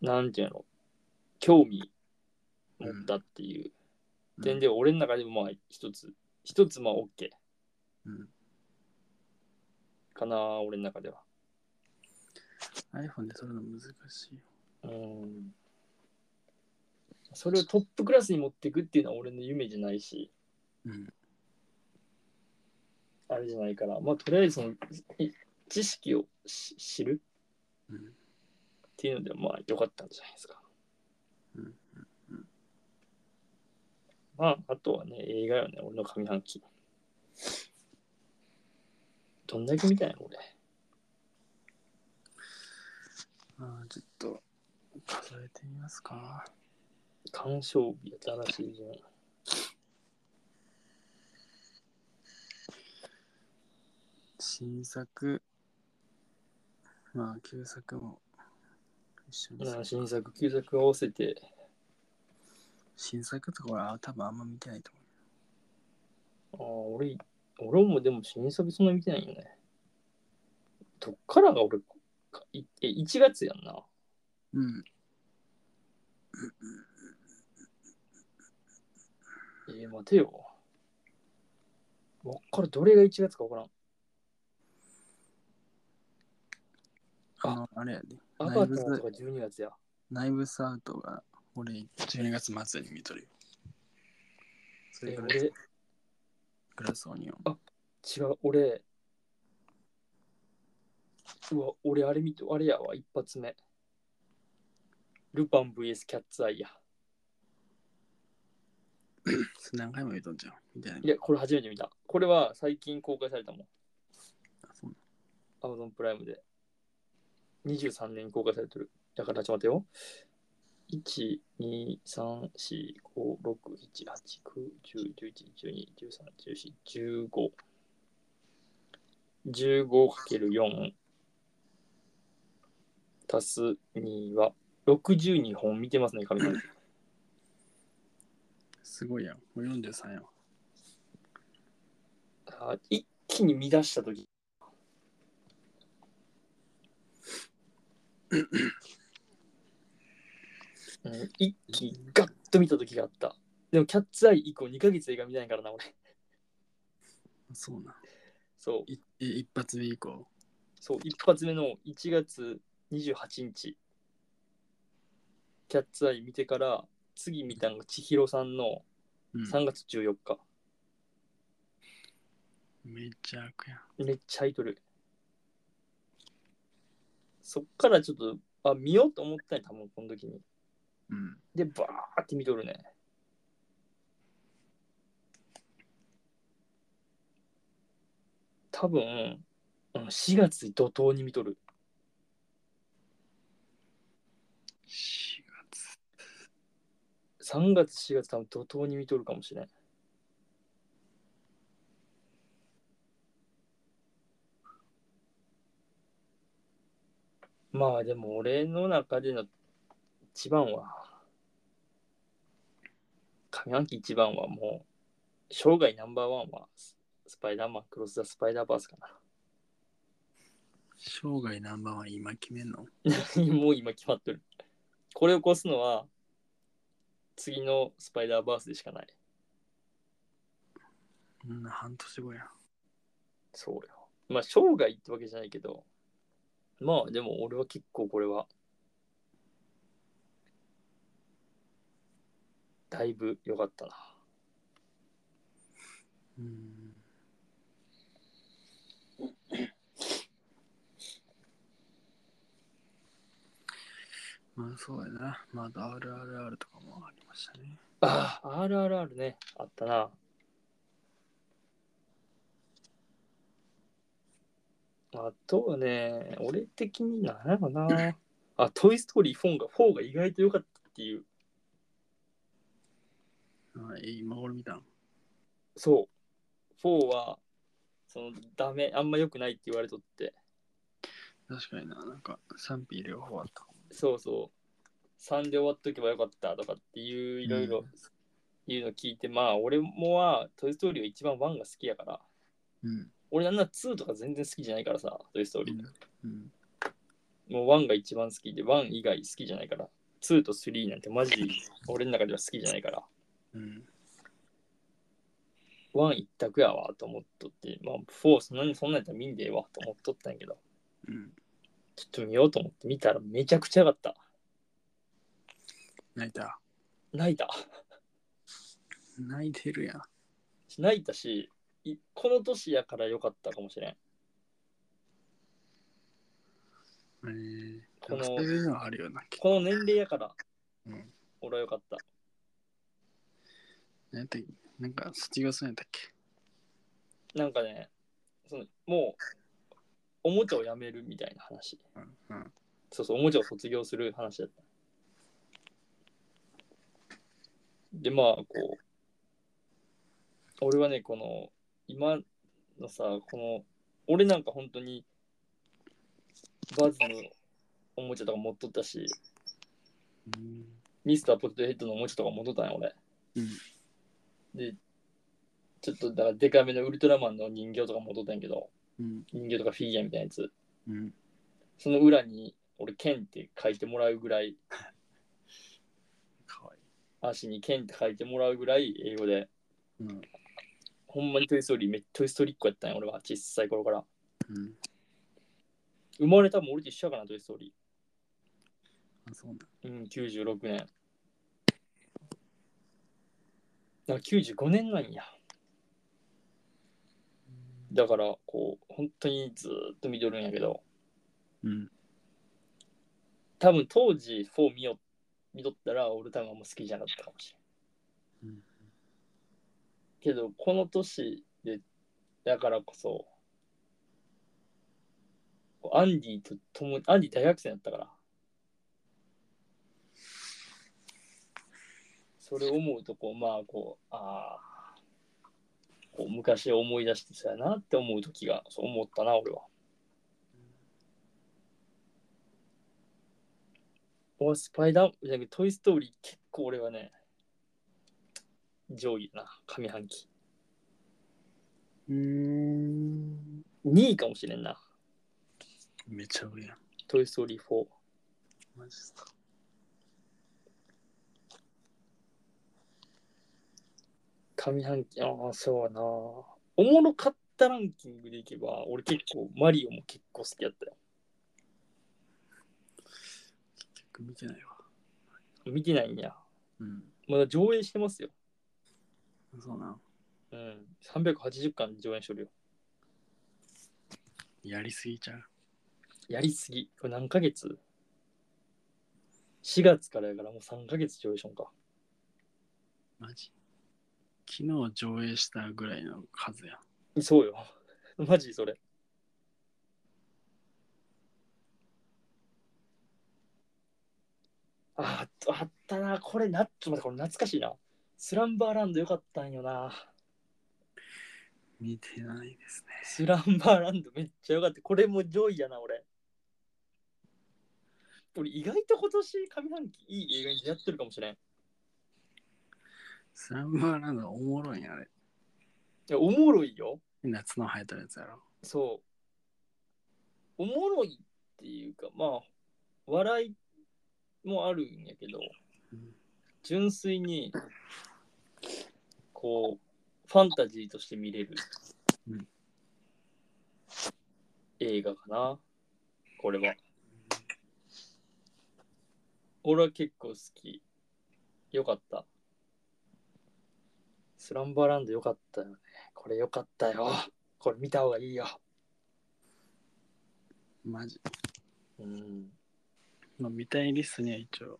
B: なんていうの、興味持ったっていう点で、俺の中でもまあ、一つ、一つまあ、OK
A: うん、
B: かな、俺の中では。
A: iPhone で撮るの難しいよ。
B: うんそれをトップクラスに持っていくっていうのは俺の夢じゃないし、
A: うん。
B: あれじゃないから、まあとりあえずそのい知識をし知る
A: うん。
B: っていうのでまあ良かったんじゃないですか。
A: うんうんうん
B: まああとはね、映画よね、俺の上半期。どんだけ見たんやろ、俺。
A: ああ、ちょっと、数えてみますか。
B: 鑑賞日やったらしいじゃん。
A: 新作、まあ、旧作も一緒に
B: まあ
A: さ
B: 新作、旧作合わせて、
A: 新作とかは多分あんま見てないと思
B: あー俺、俺もでも新作そんな見てないよね。どっからが俺、かいえ、1月やんな。
A: う。うん。
B: えー、待てよ。わっからどれが1月かわからん。
A: あの、あれやで。
B: アバターとか12月や。
A: ナイブスアウトが俺12月末に見とるよ。それ
B: えー、
A: から
B: 俺、違
A: グラスオニオン。
B: う、俺。うわ、俺あれ見て、あれやわ、一発目。ルパン VS キャッツアイや。
A: それ何回も見とんじゃん。みたいな。
B: いや、これ初めて見た。これは最近公開されたもん。
A: そう
B: アマゾンプライムで。23年公開されてる。だから、ちょっと待ってよ。1、2、3、4、5、6、7、8、9、10、11、12、13、14、15。15×4 足す2は62本見てますね、神さん。
A: すごいやん。もう43やん。
B: あ一気に見出したとき。うん一気にガッと見たときがあった。でも、キャッツアイ以降2ヶ月映画見たいからな、俺。
A: そうなん。
B: そう、
A: いえ一発目以降。
B: そう、一発目の1月28日、キャッツアイ見てから、次見たのが千尋さんの
A: うん。
B: 3月14日。
A: めっちゃ悪やん。
B: めっちゃ空いとる。そっからちょっと、あ、見ようと思ったんや、多分この時に。
A: うん。
B: で、バーって見とるね。多分、うん4月に怒涛に見とる。
A: 4月。
B: 3月、4月、多分怒涛に見とるかもしれん。まあでも俺の中での一番は、上半期一番はもう、生涯ナンバーワンはススパイダーマン、クロス・ザ・スパイダーバースか
A: 生涯ナンバーワン今決めんの
B: な。 もう今決まってる。これを越すのは、次のスパイダーバースでしかない。
A: うん、半年後やん。
B: そうよ。まあ、生涯ってわけじゃないけど、まあ、でも俺は結構これは、だいぶ良かったな。
A: うん。まあそうやな。まああと RRR とかもありましたね。
B: ああ、RRR ね、あったな。あとはね、俺的になんやろな。あ、トイ・ストーリー4が、4が意外と良かったっていう。
A: あえ今俺見たん。
B: そう。4は、その、ダメ、あんま良くないって言われとって。
A: 確かにな、なんか賛否両方あったかも。
B: そうそう3で終わっとけばよかったとかっていういろいろ
A: うん
B: 言うの聞いて、まあ俺もはトイ・ストーリーが一番1が好きやから
A: うん。
B: 俺なんなら2とか全然好きじゃないからさトイ・ストーリー、
A: うん。
B: もう1が一番好きで1以外好きじゃないから2と3なんてマジ俺の中では好きじゃないから
A: うん。
B: 1一択やわと思っとってまあ4そんなにそんなんやったら見んでええわと思っとったんやけど
A: うん。
B: ちょっと見ようと思って見たらめちゃくちゃよかった
A: 泣いた。
B: 泣いた
A: 泣いてるやん。
B: 泣いたしいこの年やからよかったかもしれん
A: えー、
B: この
A: そういうのはあるよな。
B: この年齢やから、
A: うん
B: 俺はよかった
A: なんやったっけなんか卒業するんやったっけ
B: なんかねそのもうおもちゃをやめるみたいな話
A: うん。うん。
B: そうそうおもちゃを卒業する話だったでまあこう俺はねこの今のさこの俺なんか本当にバズのおもちゃとか持っとったしミスターポテトヘッドのおもちゃとか持っとったんや俺
A: うん。
B: でちょっとだからデカめのウルトラマンの人形とか持っとったんやけど
A: うん。
B: 人形とかフィギュアみたいなやつ
A: うん。
B: その裏に俺ケンって書いてもらうぐらい
A: かわい
B: 足に剣って書いてもらうぐらい英語で、
A: い。うん。
B: ほんまにトイ・ストーリーめっトイ・ストーリーっ子やったんや、俺は小さい頃から。
A: うん。
B: 生まれたもん俺と一緒やからな、トイ・ストーリ
A: あ、そうなんだ。
B: ー。うん、96年。だから95年なんや。だから、こう、本当にずーっと見とるんやけど、
A: うん。
B: 多分当時4見よ見とったら俺多分あんま好きじゃなかったかもしれん。
A: うん
B: けどこの年でだからこそこうアンディと共にアンディ大学生だったからそれを思うとこうまあこうああこう昔を思い出してそうやなって思う時がそう思ったな俺は。おスパイダーじゃなくてトイ・ストーリー結構俺はね上位だな上半期
A: うーん。
B: 2位かもしれんな
A: めちゃ上やん。
B: トイ・ストーリー4
A: マジっすか。
B: 上半期ああそうやなおもろかったランキングでいけば俺結構マリオも結構好きやったよ
A: 結局見てないわ。
B: 見てないんや
A: うん。
B: まだ上映してますよ
A: そうなん。
B: うん380巻上演しとるよ
A: やりすぎちゃう。
B: やりすぎこれ何ヶ月 ?4 月からやからもう3ヶ月上映しとんか
A: マジ昨日上映したぐらいの数やん。
B: そうよ。 マジそれ。あああったな、これな、ちょっと待って、これ懐かしいな。スランバーランドよかったんよな。
A: 見てないですね。
B: スランバーランドめっちゃよかった。これも上位やな、俺。俺意外と今年上半期いい映画に出会ってるかもしれん。い
A: スラムはなんだおもろいんやあれ。
B: や、おもろいよ。
A: 夏の生えたやつやろ。
B: そう。おもろいっていうか、まあ、笑いもあるんやけど、
A: うん
B: 純粋に、こう、ファンタジーとして見れる
A: うん
B: 映画かな、これは。俺は結構好き。よかった。スランバーランドよかったよね。これよかったよ。これ見た方がいいよ。
A: マジ。
B: うん。
A: まあ、見たいリストには一応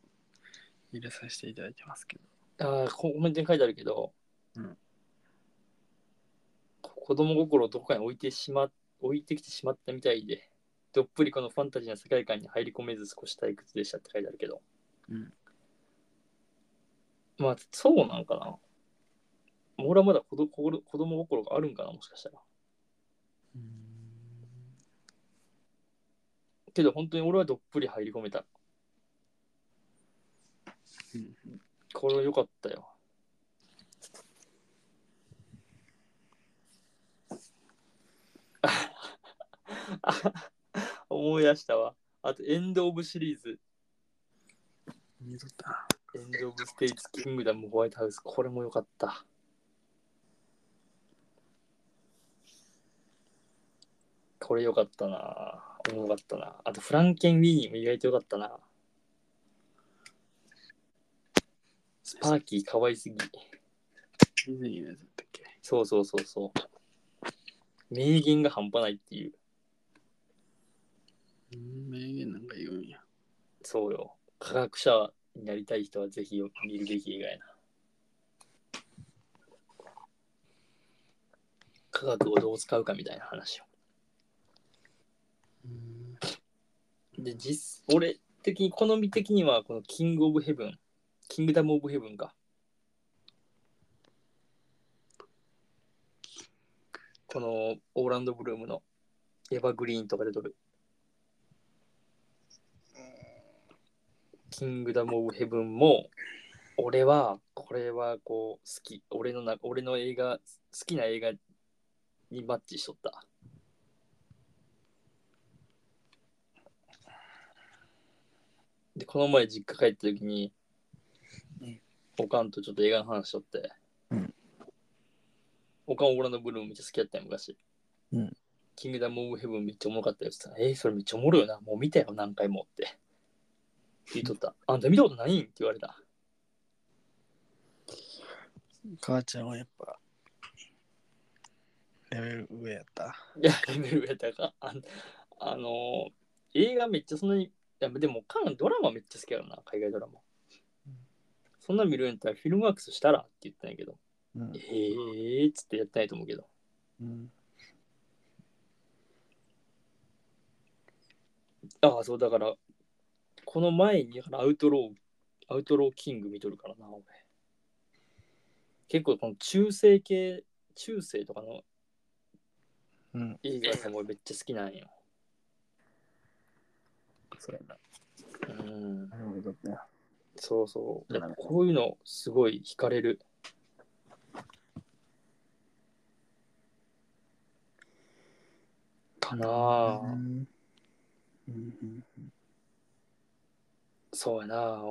A: 入れさせていただいてますけど。
B: ああ、ココメントに書いてあるけど、
A: うん
B: こ子供心をどこかに置いてしま、置いてきてしまったみたいで、どっぷりこのファンタジーな世界観に入り込めず少し退屈でしたって書いてあるけど。
A: うん
B: まあ、そうなんかな。俺はまだ子ど心子供心があるんかな、もしかしたら。けど本当に俺はどっぷり入り込めた
A: うん。
B: これは良かったよ。 思い出したわ。あと、エンド・オブ・シリーズ、
A: 見とった。
B: エンド・オブ・ステイツ・キングダム・ホワイトハウス、これも良かった。これ良かったな。おもろかったな。あと、フランケン・ウィーニーも意外と良かったな。スパーキーかわいすぎ。
A: ディズニーのやつだったっけ
B: そうそうそうそう。名言が半端ないっていう。
A: うん、名言なんか言うんや。
B: そうよ。科学者になりたい人はぜひ見るべき映画やな。科学をどう使うかみたいな話を。
A: うん。
B: で、実、俺的に、好み的には、このキング・オブ・ヘブン、キングダム・オブ・ヘブンか。このオーランド・ブルームのエヴァ・グリーンとかで撮る。キングダム・オブ・ヘブンも、俺は、これはこう、好き。俺のな、俺の映画、好きな映画にマッチしとった。で、この前実家帰った時に
A: うん、
B: おかんとちょっと映画の話しとって
A: うん、
B: おかんオーランドブルームめっちゃ好きやったんや昔。
A: うん
B: キングダム・オブ・ヘブンめっちゃおもろかったよって言ったら、えーそれめっちゃおもろいよな。もう見たよ、何回もって。言いとった。あんた見たことないんって言われた。
A: 母ちゃんはやっぱ、レベル上やった。
B: いや、レベルやったか。あんあのー映画めっちゃそんなに、いやでも、かんドラマめっちゃ好きやろな、海外ドラマ。そんなん見るんやったらフィルムワークスしたらって言ったんやけど、
A: うん
B: え。ーっつってやってないと思うけど、
A: うん。
B: ああ、そうだから、この前にだからアウトロー、アウトローキング見とるからな、俺。結構この中世系、中世とかの
A: うん。
B: 映画さ、も俺めっちゃ好きなんよ。
A: そうやな。
B: うん。
A: なるほどね。
B: そうそう。やっぱこういうのすごい惹かれる。かなあ
A: うん。うん。
B: そうやな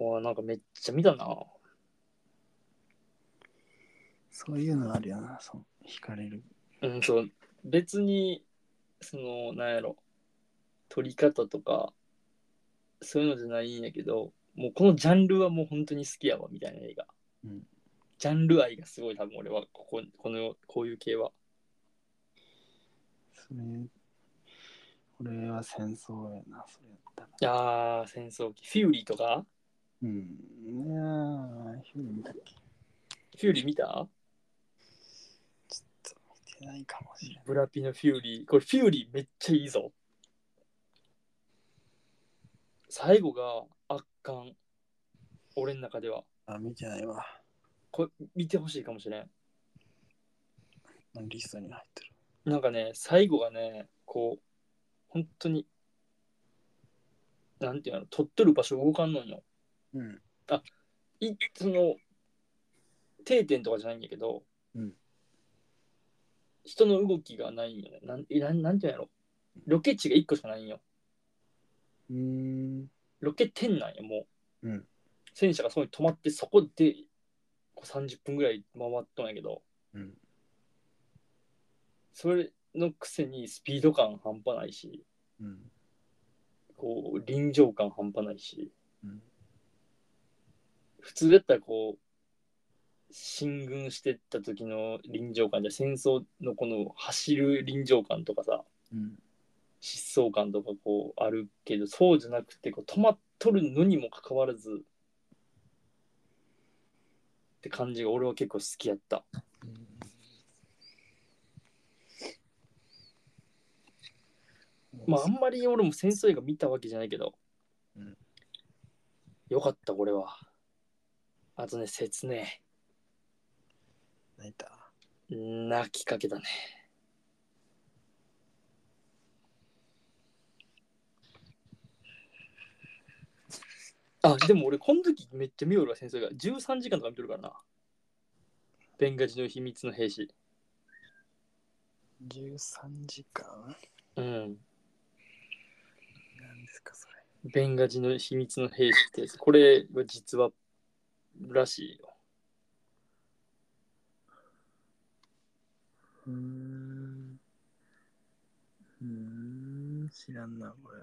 B: おなんかめっちゃ見たな
A: そういうのあるよな、そう。惹かれる。
B: うん、そう。別に、その、なんやろ、撮り方とか、そういうのじゃないんやけど、もうこのジャンルはもう本当に好きやわ、みたいな映画。
A: うん
B: ジャンル愛がすごい、多分俺は、ここ、この、こういう系は。
A: それ、俺は戦争やな、それやったら。
B: あー、戦争機。フューリーとか
A: うん。いやー、ヒュー見たっけ
B: フューリー見た
A: 見てないかもしれない。
B: ブラピのフューリー。これフューリーめっちゃいいぞ。最後が圧巻。俺の中では。
A: あ、見てないわ。
B: これ見てほしいかもしれん。
A: リストに入ってる。
B: なんかね、最後がね、こう、本当に、なんていうの、撮ってる場所動かんのよ。
A: うん。
B: いその、定点とかじゃないんだけど、
A: うん
B: 人の動きがないんよね。なんえなんなんていうんやろ。ロケ地が1個しかないんよ。
A: うーん。
B: ロケ点なんや、もう。
A: うん
B: 戦車がそこに止まって、そこでこう30分ぐらい回っとんやけど、
A: うん。
B: それのくせにスピード感半端ないし、
A: うん。
B: こう臨場感半端ないし、
A: うん。
B: 普通だったらこう進軍してった時の臨場感じゃ戦争のこの走る臨場感とかさ
A: うん。
B: 疾走感とかこうあるけどそうじゃなくてこう止まっとるのにもかかわらずって感じが俺は結構好きやったまああんまり俺も戦争映画見たわけじゃないけど、
A: うん
B: よかったこれはあとね説明
A: 泣いた。
B: 泣きかけたねあ、でも俺、この時めっちゃ見よるわ、先生が。13時間とか見てるからな。ベンガジの秘密の兵士。
A: 13時間
B: うん。
A: なんですかそれ。
B: ベンガジの秘密の兵士ってやつ。これは実話らしいよ。
A: うーん。うーん、知らんな、これ。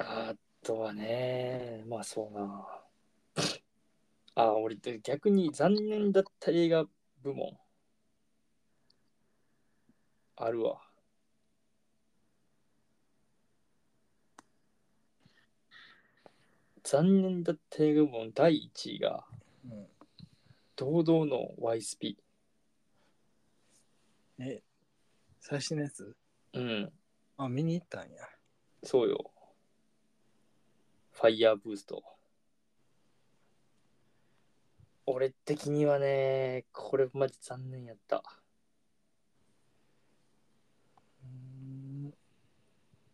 B: あとはね、まあそうな。あ、俺って逆に残念だった映画部門。あるわ。残念だった映画部門第1位が
A: うん、
B: 堂々の YSP。
A: え、最新のやつ
B: うん、
A: あ、見に行ったんや。
B: そうよ。ファイヤーブースト。俺的にはね、これマジ残念やった。
A: うーん。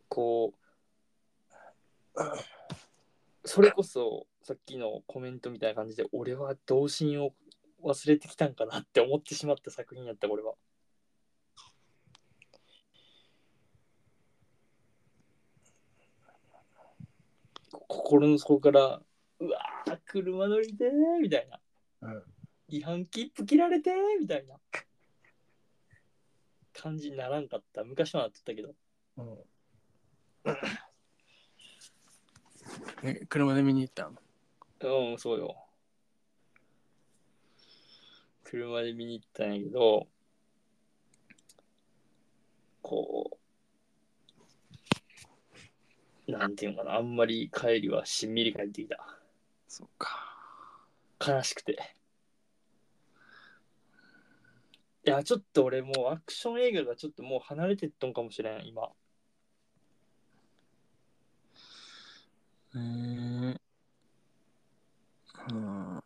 B: こう、それこそさっきのコメントみたいな感じで、俺は童心を忘れてきたんかなって思ってしまった作品やった、これは。こ心の底から、うわー、車乗りでーみたい
A: う
B: な。
A: ん
B: 違反切符切られてーみたいな感じにならんかった。昔はなってたけど。
A: うん。え、車で見に行ったん
B: うん、そうよ。車で見に行ったんやけど、こう、なんていうのかな、あんまり帰りはしんみり帰ってきた。
A: そうか。
B: 悲しくて。いや、ちょっと俺もうアクション映画がちょっともう離れてっとんかもしれん、今。
A: えー、うん。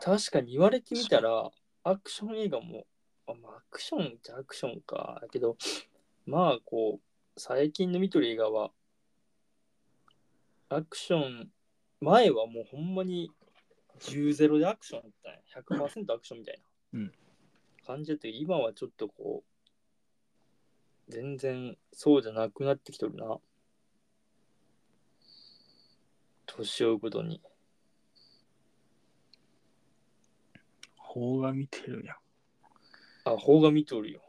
B: 確かに言われてみたらアクション映画もあ、まあ、アクションってアクションかだけどまあこう最近の見とる映画はアクション前はもうほんまに10-0でアクションだったんや100%アクションみたいな
A: うん
B: 感じだったけど今はちょっとこう全然そうじゃなくなってきとるな年を追うことに
A: 邦画見てるや
B: あ邦画見とるよ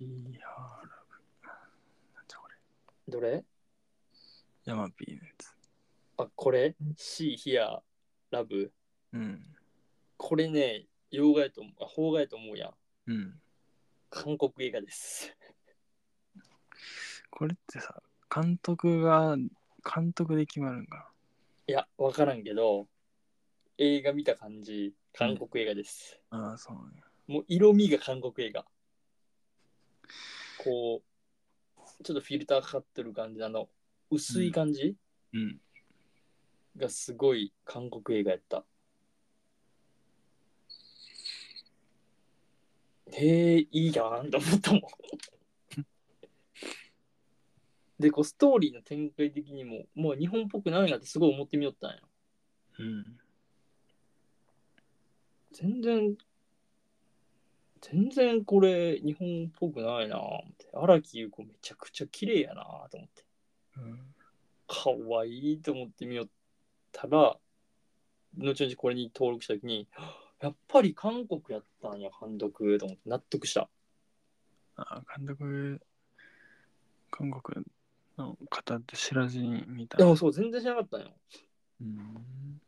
A: ん。いやー、ラブ。なんじゃこれ。
B: どれ
A: ヤマピーのやつ。
B: あ、これ ?C、ヒア、ラブ。
A: うん。
B: これね、洋画やと思う。あ、邦画やと思うやん。
A: うん。
B: 韓国映画です。
A: これってさ、監督が、監督で決まるんか
B: いや、わからんけど、映画見た感じ、韓国映画です。
A: な。ああ、そうね。
B: もう色味が韓国映画。こう、ちょっとフィルターかかってる感じ、あの、薄い感じ
A: うん。
B: がすごい韓国映画やった。へえ、いいやんと思ったもん。で、こう、ストーリーの展開的にも、もう日本っぽくないなってすごい思ってみよったんや。
A: うん。
B: 全然、全然これ、日本っぽくないなぁ思って。荒木優子めちゃくちゃ綺麗やなぁと思って。
A: うん。
B: かわいいと思ってみよったら後々これに登録した時にやっぱり韓国やったんや監督と思って納得した
A: ああ、監督、韓国の方って知らずに見た。
B: でもそう全然知らなかったんよ
A: うん。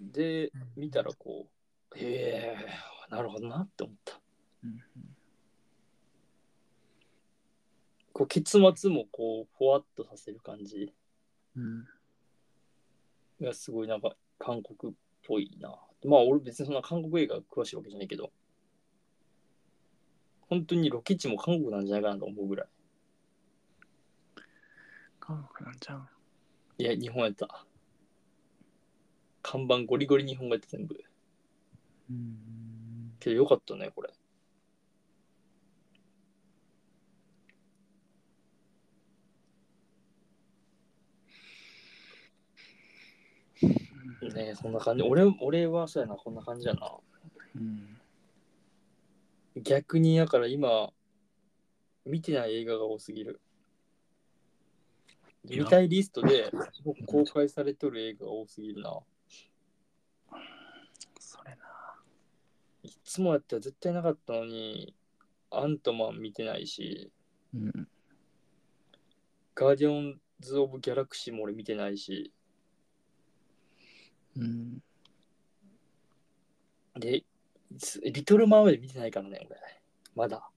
B: で見たらこうへえなるほどなって思った
A: うん。
B: こう結末もこうふわっとさせる感じ
A: うん。
B: がすごいなんか韓国っぽいなまあ俺別にそんな韓国映画詳しいわけじゃないけど本当にロケ地も韓国なんじゃないかなと思うぐらい
A: 韓国なんじゃん。
B: いや、日本やった。看板ゴリゴリ日本語やった全部。
A: うん。
B: けどよかったね、これ。ねえそんな感じ。俺、俺はそうやな、こんな感じやな。
A: うん。
B: 逆に、だから今、見てない映画が多すぎる。
A: いや
B: 見たいリストでもう公開されとる映画が多すぎるな。
A: それな。
B: いつもやったら絶対なかったのに、アントマン見てないし、
A: うん。
B: ガーディオンズ・オブ・ギャラクシーも俺見てないし、
A: うん。
B: で、すリトル・マーメイド見てないからね、俺。まだ。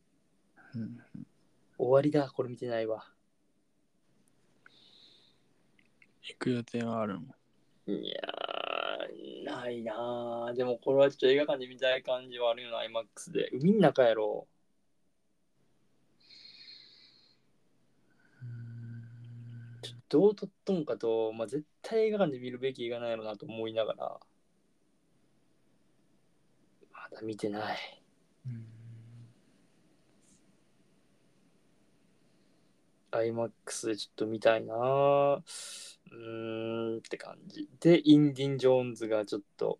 A: うん、
B: 終わりだ、これ見てないわ。
A: 行く予定はあるの。
B: いやー、ないなー。でもこれはちょっと映画館で見たい感じはあるよな、IMAX で。海の中やろ。ちょっとどう撮っとんかと、まあ、絶対映画館で見るべき映画なんやろなと思いながら。まだ見てない。
A: うん。
B: IMAX でちょっと見たいなー。うーんって感じ。で、インディン・ジョーンズがちょっと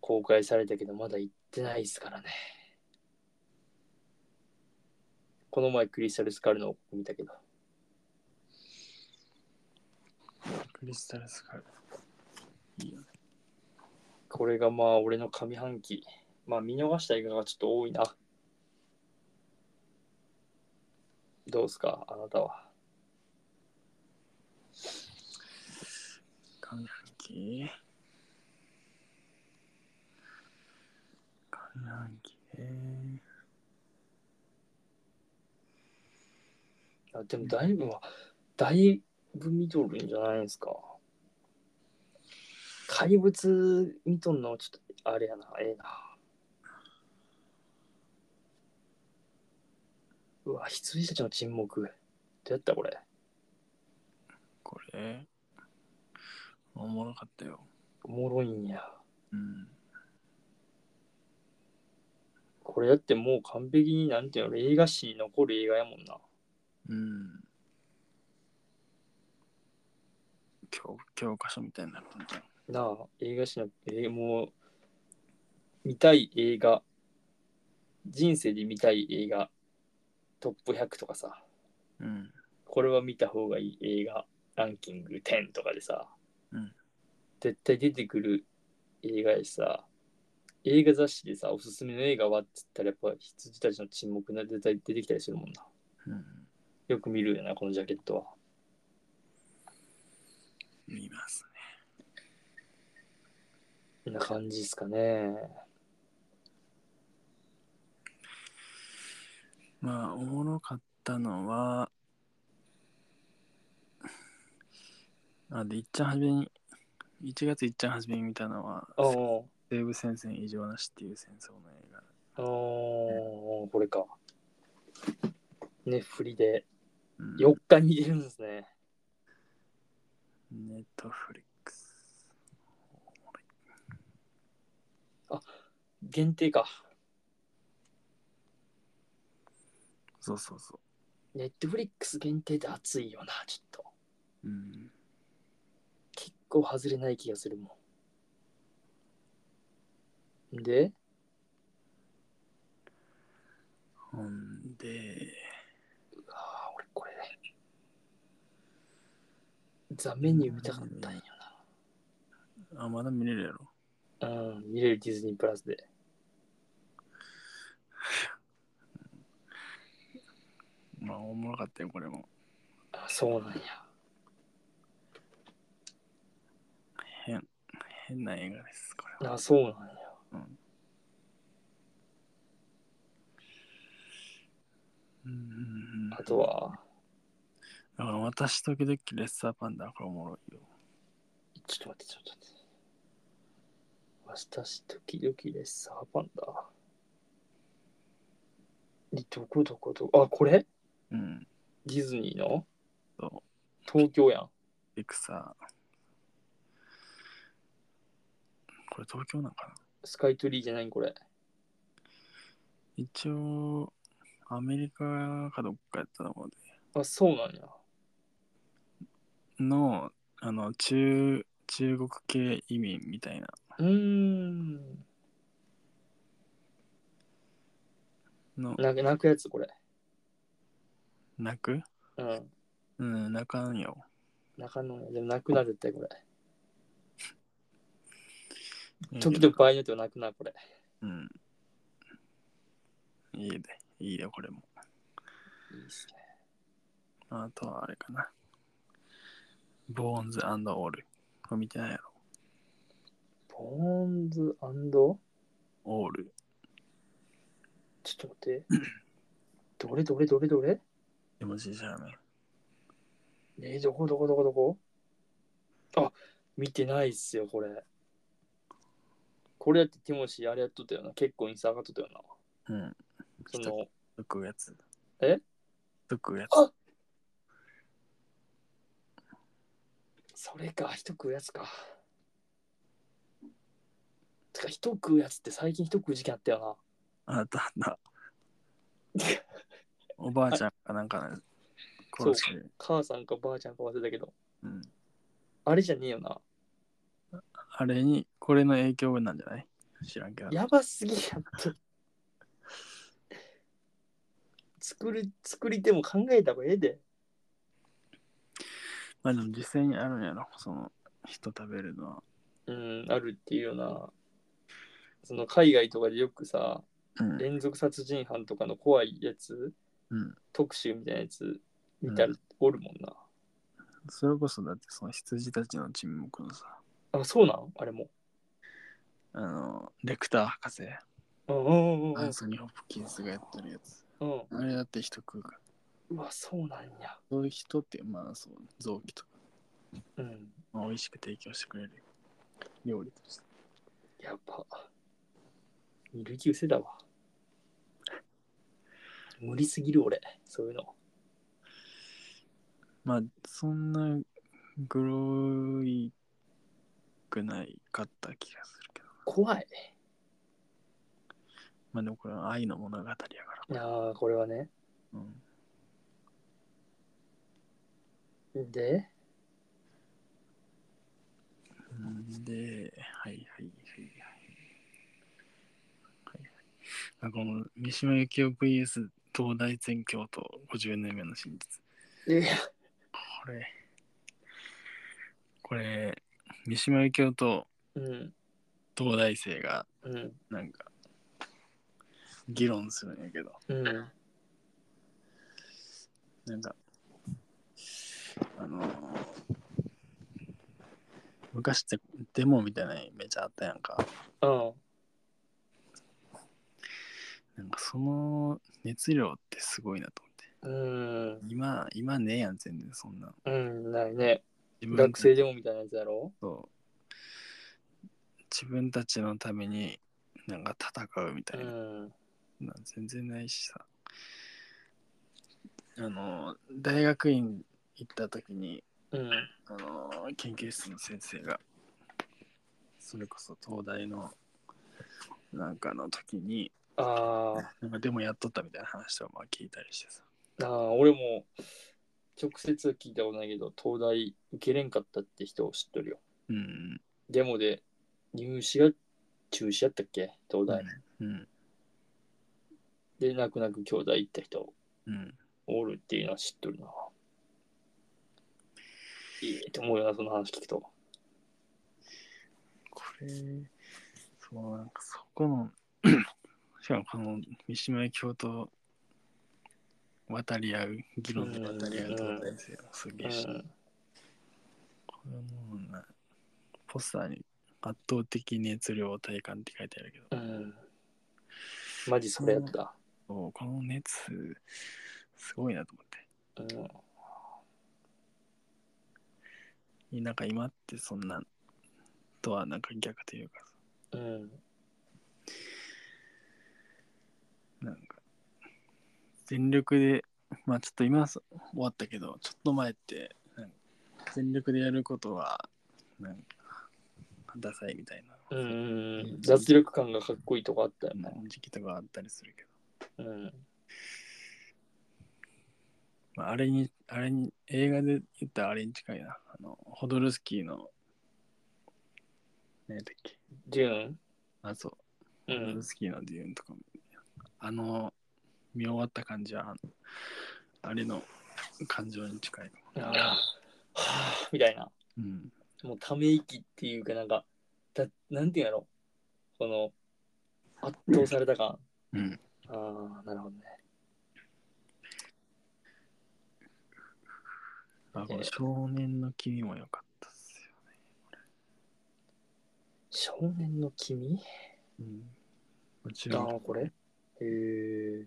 B: 公開されたけど、まだ行ってないですからね。この前、クリスタル・スカルの王国見たけど。
A: クリスタルスカル。いいよね。
B: これがまあ、俺の上半期。まあ、見逃した映画がちょっと多いな。どうですか、あなたは。
A: 上半期上半期ね。
B: あでも、だいぶは、だいぶ見とるんじゃないですか。怪物見とんの、ちょっと、あれやな、ええな。うわ、羊たちの沈黙。どうやったこれ。
A: これ、おもろかったよ。
B: おもろいんや。
A: うん。
B: これだってもう完璧になんていうの、映画史に残る映画やもんな。
A: うん。教教科書みたいになったんだよ。
B: なあ、映画史の、えーもう、見たい映画、人生で見たい映画、トップ100とかさ。
A: うん。
B: これは見た方がいい映画ランキング10とかでさ、
A: うん
B: 絶対出てくる映画やしさ映画雑誌でさおすすめの映画はっつったらやっぱ羊たちの沈黙な絶対出てきたりするもんな
A: うん。
B: よく見るよなこのジャケットは
A: 見ますね。
B: こんな感じですかね
A: まあ、おもろかったのは、あ、で、いっちゃんはじめに、1月いっちゃんはじめに見たのは、
B: あー
A: 西部戦線異常なしっていう戦争の映画。
B: あーこれかね振りで
A: うん
B: 4日に出るんですね
A: ネットフリックス。
B: 限定か
A: そうそうそ
B: ネットフリックス限定で熱いよなちょっと
A: う。うん。
B: 結構外れない気がするもん。で、
A: ほんで、
B: ああ、俺これ。ザ・メニュー見たかったんよ
A: あ、まだ見れるやろ。
B: な。うん、見れるディズニープラスで。
A: まあ、おもろかったよ、これも。
B: あそうなんや。
A: 変、変な映画です、これは。
B: あそうなんや。
A: うんうんうん。
B: あとは、
A: だから私時々レッサーパンダ、これおもろいよ。
B: ちょっと待って、ちょっと待って。私、時々レッサーパンダ。えどこどこどこ。あ、これ
A: うん。
B: ディズニーの
A: そ
B: 東京やん。
A: ピクサー。これ東京なんかな
B: スカイトリーじゃないんこれ。
A: 一応、アメリカかどっかやったと思うで。
B: あ、そうなんや。
A: の、あの、中、中国系移民みたいな
B: うーん。
A: の
B: 泣く泣くやつ、これ。
A: 泣く
B: うん。
A: うん泣かんよ
B: 泣かんのよでも泣くな、絶対これ。
A: いい
B: 時
A: で
B: 々場合によっては泣くな、これ。
A: うんいいでいいでこれも
B: いいっすね。
A: あとはあれかなボーンズオールこれ見てないやろ
B: ボーンズ&
A: オール
B: ちょっと待って。どれどれどれどれ
A: 絵文字じゃね
B: えーどこどこどこどこあ、見てないっすよ、これ。これやってティモシーあれやっとったよな。結構インスタ上がっとったよな。
A: うん
B: その、
A: 毒やつ
B: え
A: 毒やつ
B: あそれか、人食うやつか。てか、人食うやつって最近人食う事件あったよ
A: あったあ ったおばあちゃんかなんかね
B: そう
A: 殺して
B: な。母さんかばあちゃんか忘れたけど。
A: うん
B: あれじゃねえよな。
A: あれにこれの影響なんじゃない知らんけど
B: やばすぎやって。 作る、作り手も考えた方がええで。
A: まあでも実際にあるんやろその人食べるのは
B: うん、あるっていうような。その海外とかでよくさ、
A: うん
B: 連続殺人犯とかの怖いやつ、
A: うん
B: 特集みたいなやつ見たらおるもんな。
A: それこそだってその羊たちの沈黙のさ
B: あ、そうなんあれも。
A: あのレクター博士
B: うんうんうんう
A: ア
B: ん
A: ン。ソニー・ホップキンスがやってるやつ
B: うん、
A: あれだって人食うから
B: うわ、そうなんや。
A: そういう人ってまあそう臓器とか、
B: うん。
A: まあ、美味しく提供してくれる料理として
B: やっぱ。見る気失せだわ。無理すぎる俺、そういうの。
A: まあそんなグロいくないかった気がするけど
B: 怖い。
A: まあでもこれは愛の物語やから
B: ああ、これはね。
A: うん
B: で、
A: うんで、はいはいはいはい。はいはい、あこの三島由紀夫 VS 東大全教と50年目の真実。
B: いや、
A: これ、これ、三島由紀夫と
B: うん、
A: 東大生が
B: うん、
A: なんか議論するんやけど、
B: うん、
A: なんか、あのー昔ってデモみたいなのめっちゃあったやんか。
B: うん、
A: なんかその熱量ってすごいなと思って。
B: うん、
A: 今、今ねえやん、全然そんな。
B: うん、ないね。
A: 自分
B: 学生でもみたいなやつやろ
A: と自分たちのためになんか戦うみた
B: う
A: いな、
B: ん、
A: なん、全然ないしさ。あの、大学院行った時に、
B: うん、
A: あの、研究室の先生が、それこそ東大のなんかの時に、
B: あー
A: なんかでもやっとったみたいな話をまあ聞いたりしてさ。
B: あー、俺も直接は聞いたことないけど、東大受けれんかったって人を知っとるよ。
A: うん。
B: デモで入試が中止やったっけ東大。
A: うん。
B: で、泣く泣く兄弟行った人
A: うん。
B: おるっていうのは知っとるな。いいと思うよな、その話聞くと。
A: これ、そう、なんかそこの、 しかもこの三島由紀夫と渡り合う、議論で渡り合う東大生もすげえし、
B: う
A: これもうな、ポスターに圧倒的熱量を体感って書いてあるけど、
B: ん、うん。マジそれやった。
A: そうこの熱、すごいなと思って。
B: うん。
A: なんか今ってそんなとはなんか逆というかさ、
B: うん。
A: なんか、全力で、まあちょっと今はそ終わったけど、ちょっと前って、なんか全力でやることは、なんか、ダサいみたいな、
B: うんうん。脱力感がかっこいいとこあったよね。
A: 時期とかあったりするけど、
B: うん。
A: まあ、あれに、あれに、映画で言ったらあれに近いな、あの、ホドルスキーの何やったっけ
B: デューン
A: あ、そうう。
B: ん
A: 好。きなデューンとかも。あの、見終わった感じは、あれの感情に近い。
B: なんかはぁ、みたいな。
A: うん。
B: もうため息っていうかなんか、だなんていうんやろ。この、圧倒された感。
A: うん。
B: ああ、なるほどね。
A: あ、この少年の君も良かったっすよ。
B: 少年の君
A: うん。もち
B: あ
A: ろん、
B: あ、これへえ。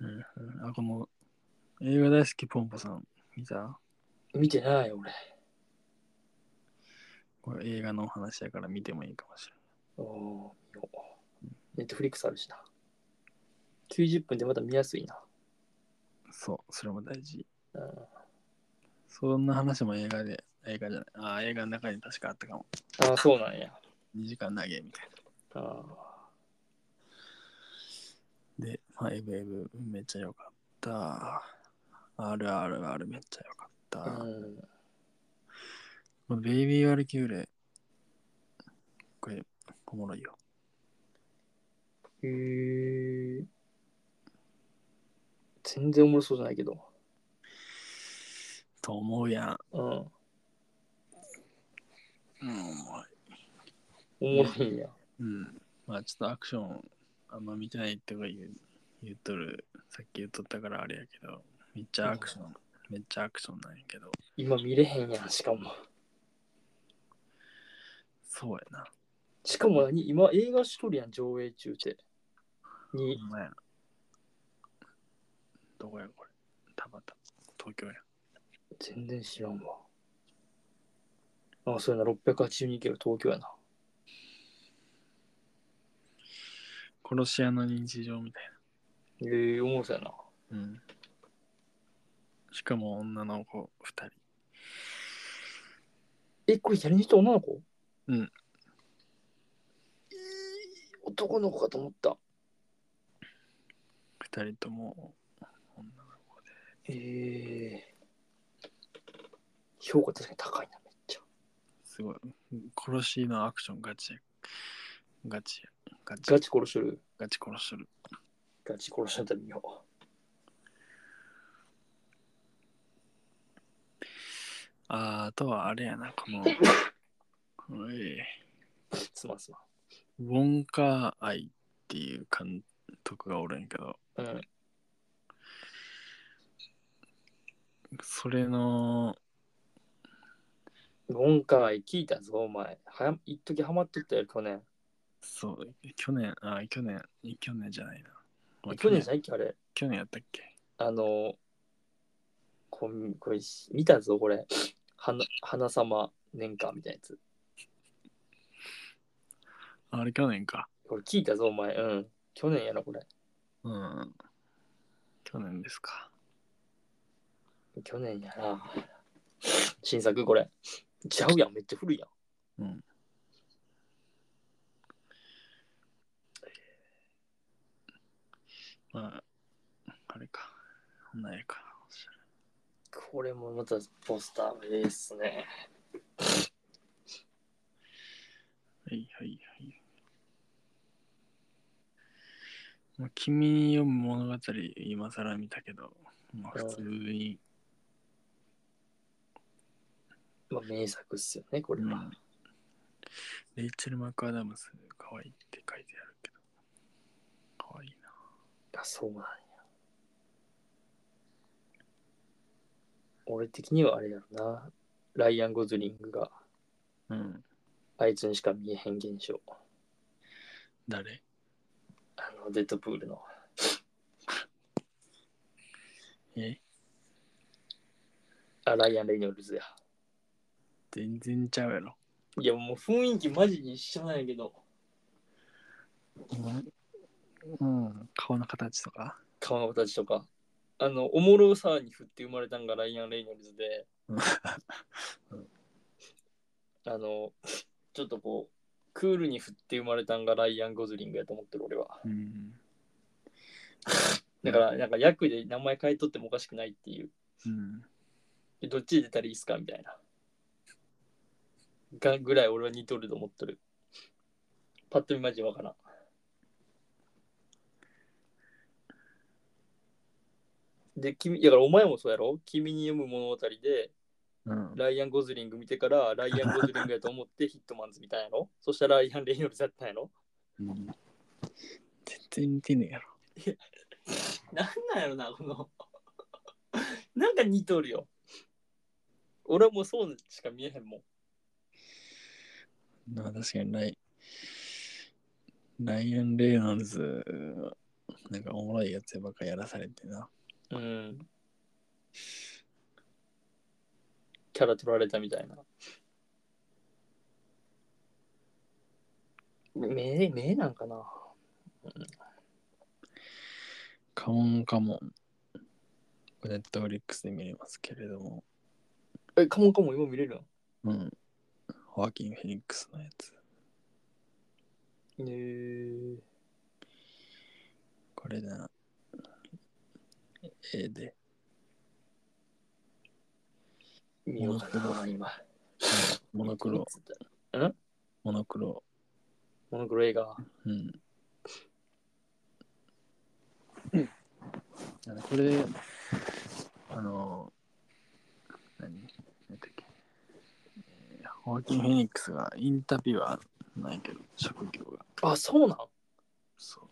A: うんうんあ、この、映画大好きポンポさん、見た
B: 見てない俺。
A: これ映画のお話やから見てもいいかもしれない。
B: おお、見よう。ネットフリックスあるしな。90分でまだ見やすいな。
A: そう、それも大事。
B: うん、
A: そんな話も映画で、映画じゃない。あ、映画の中に確かあったかも。
B: ああ、そうなんや。
A: 2時間投げみたい
B: ああ、
A: な。で、ファイブエブめっちゃ良かった。RRR めっちゃ良かった。
B: うん。
A: このベイビー・ワルキューレ。これ、おもろいよ。
B: へえ。全然おもろそうじゃないけど。
A: と思うやん。
B: うん。お
A: うん、おもろい。
B: もろいんや。
A: うん。まあちょっとアクションあんま見てないとか言う言っとる。さっき言っとったからあれやけど、めっちゃアクション、めっちゃアクションなんやけど。
B: 今見れへんやん、しかも。
A: そうやな。
B: しかも何今映画しとるやん、上映中で。に
A: ほ、んまや。どこやこれ。たまた。東京や。
B: 全然知らんわ。ああ、そうやな、682キロ東京やな。
A: 殺し屋の日常みたい
B: ええ、おもろそうやな。
A: な。うん。しかも女の子2人。
B: え、これやりに人女の子
A: うん。
B: えー男の子かと思った。
A: 2人とも女の子で。
B: ええ評価確かに高いな、めっちゃ。
A: すごい。殺しのアクションガチや。ガチや。ガチ
B: ガチ殺しとる。
A: ガチ殺しとる。
B: ガチ殺しとったら見よ。
A: あーあとはあれやな、この。おいう
B: すまんすま
A: ウォンカーアイっていう監督がおるんやけど、
B: ん。うん。
A: それの、
B: 今回聞いたぞ、お前。はや一時ハマっとったよ、去年。
A: そう、去年、あ、去年、去年じゃないな。まあ
B: 去年じゃないっけ、あれ。
A: 去年やったっけ
B: あの、ここれ、見たぞ、これ。花花様年間みたいなやつ。
A: あれ去年か。
B: これ聞いたぞ、お前。うん。去年やな、これ。
A: うん。去年ですか。
B: 去年やな。新作これ。ちゃうやん、めっちゃ古いやん。
A: うん。まあ、あれか。こんなんやか。
B: これもまたポスターもいいっすね。
A: はいはいはい。まあ、君に読む物語、今更見たけど、まあ、普通に、
B: まあ、名作っすよね、これ
A: う
B: は。
A: んレイチェル・マクアダムス、可愛いって書いてあるけど、可愛いな。
B: あ、そうなんや。俺的にはあれやろな。ライアン・ゴズリングが
A: うん。
B: あいつにしか見えへん現象。
A: 誰
B: あの、デッドプールの。
A: え
B: あ、ライアン・レイノルズや。
A: 全然ちゃうやろ。
B: いや、もう雰囲気マジに一緒なんやけど。
A: うん。うん、顔の形とか。
B: 顔の形とか。あの、おもろさに振って生まれたんがライアン・レイノルズで、
A: うん
B: あの、ちょっとこう、クールに振って生まれたんがライアン・ゴズリングやと思ってる俺は。
A: うん。
B: だから、なんか役で名前変えとってもおかしくないっていう。
A: うん。
B: えどっちで出たらいいっすかみたいな。がぐらい俺は似とると思っとる。パッと見マジわからん。で、君、だからお前もそうやろ君に読む物語で、
A: うん。
B: ライアン・ゴズリング見てから、ライアン・ゴズリングやと思 ってヒットマンズ見たんやろそしたらライアン・レイノルズだったんやろ
A: うん全然似てねえやろ。
B: なんなんやろな、この。なんか似とるよ。俺はもうそうしか見えへんもん。
A: まあ確かにライ、ライアン・レイノルズ、なんかおもろいやつばっかやらされてな。
B: うん。キャラ取られたみたいな。目、目なんかな
A: カモンカモン。ネットフリックスで見れますけれども。
B: え、カモンカモン今見れる
A: うん。ホアキン・フェニックスのやつ。
B: のえ
A: これな。絵で。
B: ー、見ようかな、今。
A: モノクロ、モノクロ。
B: モノクロ映画。
A: うん。あのこれ、あの、何何だっけ、えーホーキン・フェニックスがインタビュアーないけど、職業が。
B: あ、そうなん
A: そう。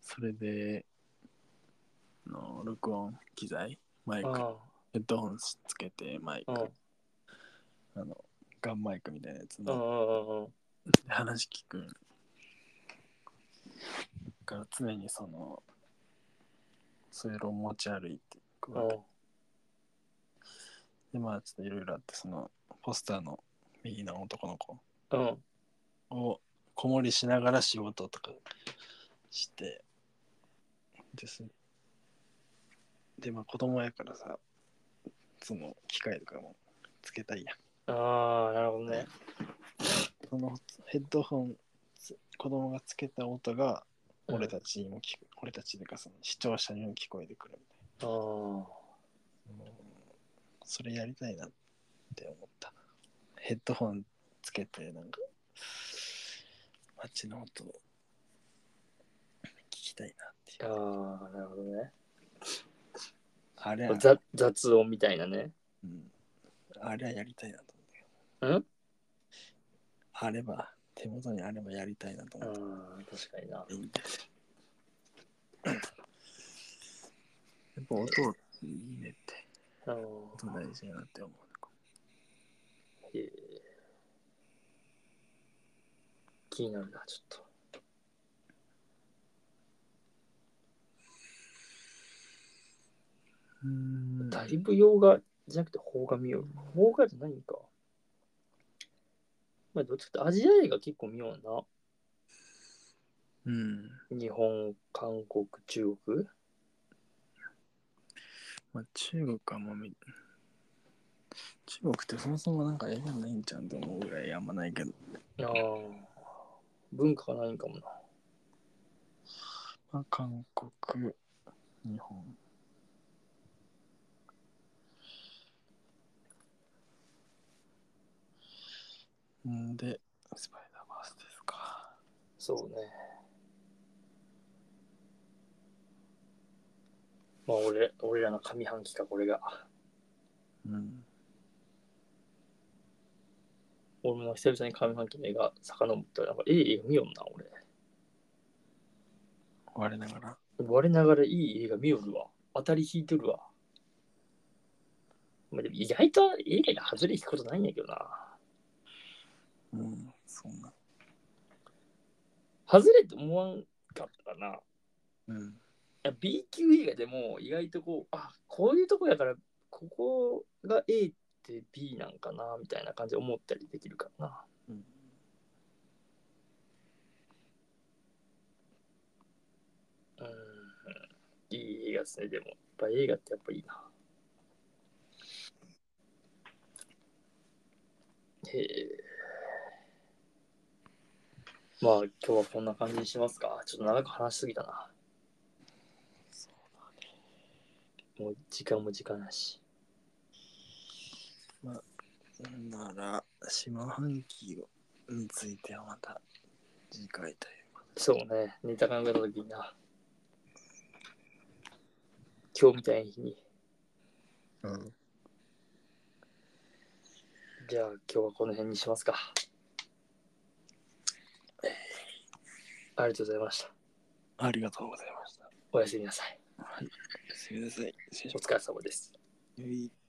A: それで、あの録音機材、マイク、
B: あ
A: ヘッドホンつけて、マイク、
B: あ、うん
A: あの、ガンマイクみたいなやつ
B: う
A: の、
B: んうんうん。
A: 話聞く。だから常にその、そういうのを持ち歩いていくわけ。で、まあちょっといろいろあって、その、ポスターの右の男の子
B: うん。うん。
A: を子守りしながら仕事とかして、ですね。で、まあ子供やからさ、その機械とかもつけたいやん。
B: ああ、なるほどね。
A: そのヘッドホンつ子供がつけた音が俺たちにも聞く、俺たちというかその視聴者にも聞こえてくるみ
B: ああ。
A: たいな、それやりたいなって思ったヘッドホンつけてなんか街の音を聞きたいなって
B: あ
A: いう
B: あ、なるほどね。
A: あれは、
B: 雑雑音みたいなね。
A: うん、あれはやりたいなと思った
B: うん
A: あれば手元にあればやりたいなと
B: ああ
A: 思った、、
B: 確かにな。
A: いいんだよやっぱ音いいねって
B: あ
A: 音大事やなって思
B: ーへえ気になるな、ちょっ
A: ううん
B: と。だいぶ洋画じゃなくて邦画見よう。邦画じゃないんか。まあ、どっちかってアジア映画結構見よう
A: うん
B: な。日本、韓国、中国。
A: まあ中国はもうみ中国ってそもそもなんか映画ないんちゃうんと思うぐらいあんまないけど
B: ああ。文化がないんかもな。
A: まあ韓国日本んでスパイダーバースですか
B: そうね。まあ俺、俺らの上半期か、これが。
A: うん
B: 俺も久々に上半期の映画、遡ったら、なんかいい映画見よんな、俺。
A: 我ながら
B: 我ながらいい映画見よるわ。当たり引いてるわ。まあ、でも意外と映画が外れ引くことないんやけどな。
A: うんそんな
B: 外れって思わんかったな。い
A: うん
B: や B 級映画でも意外とこう、あ、こういうとこやから、ここが A って B なんかな、みたいな感じで思ったりできるからな。
A: うん
B: うんいい映画ですね、でも。やっぱ映画ってやっぱいいな。へえ。まあ今日はこんな感じにしますか。ちょっと長く話しすぎたな。
A: そうだね
B: もう時間も時間だし。
A: なら、下半期についてはまた次回という。
B: そうね、似た考えの時にな。今日みたいな日に。
A: うん、
B: じゃあ今日はこの辺にしますか。ありがとうございました。
A: ありがとうございました。
B: おやすみなさい。
A: すみません。失礼し
B: お疲れ様です。
A: ます。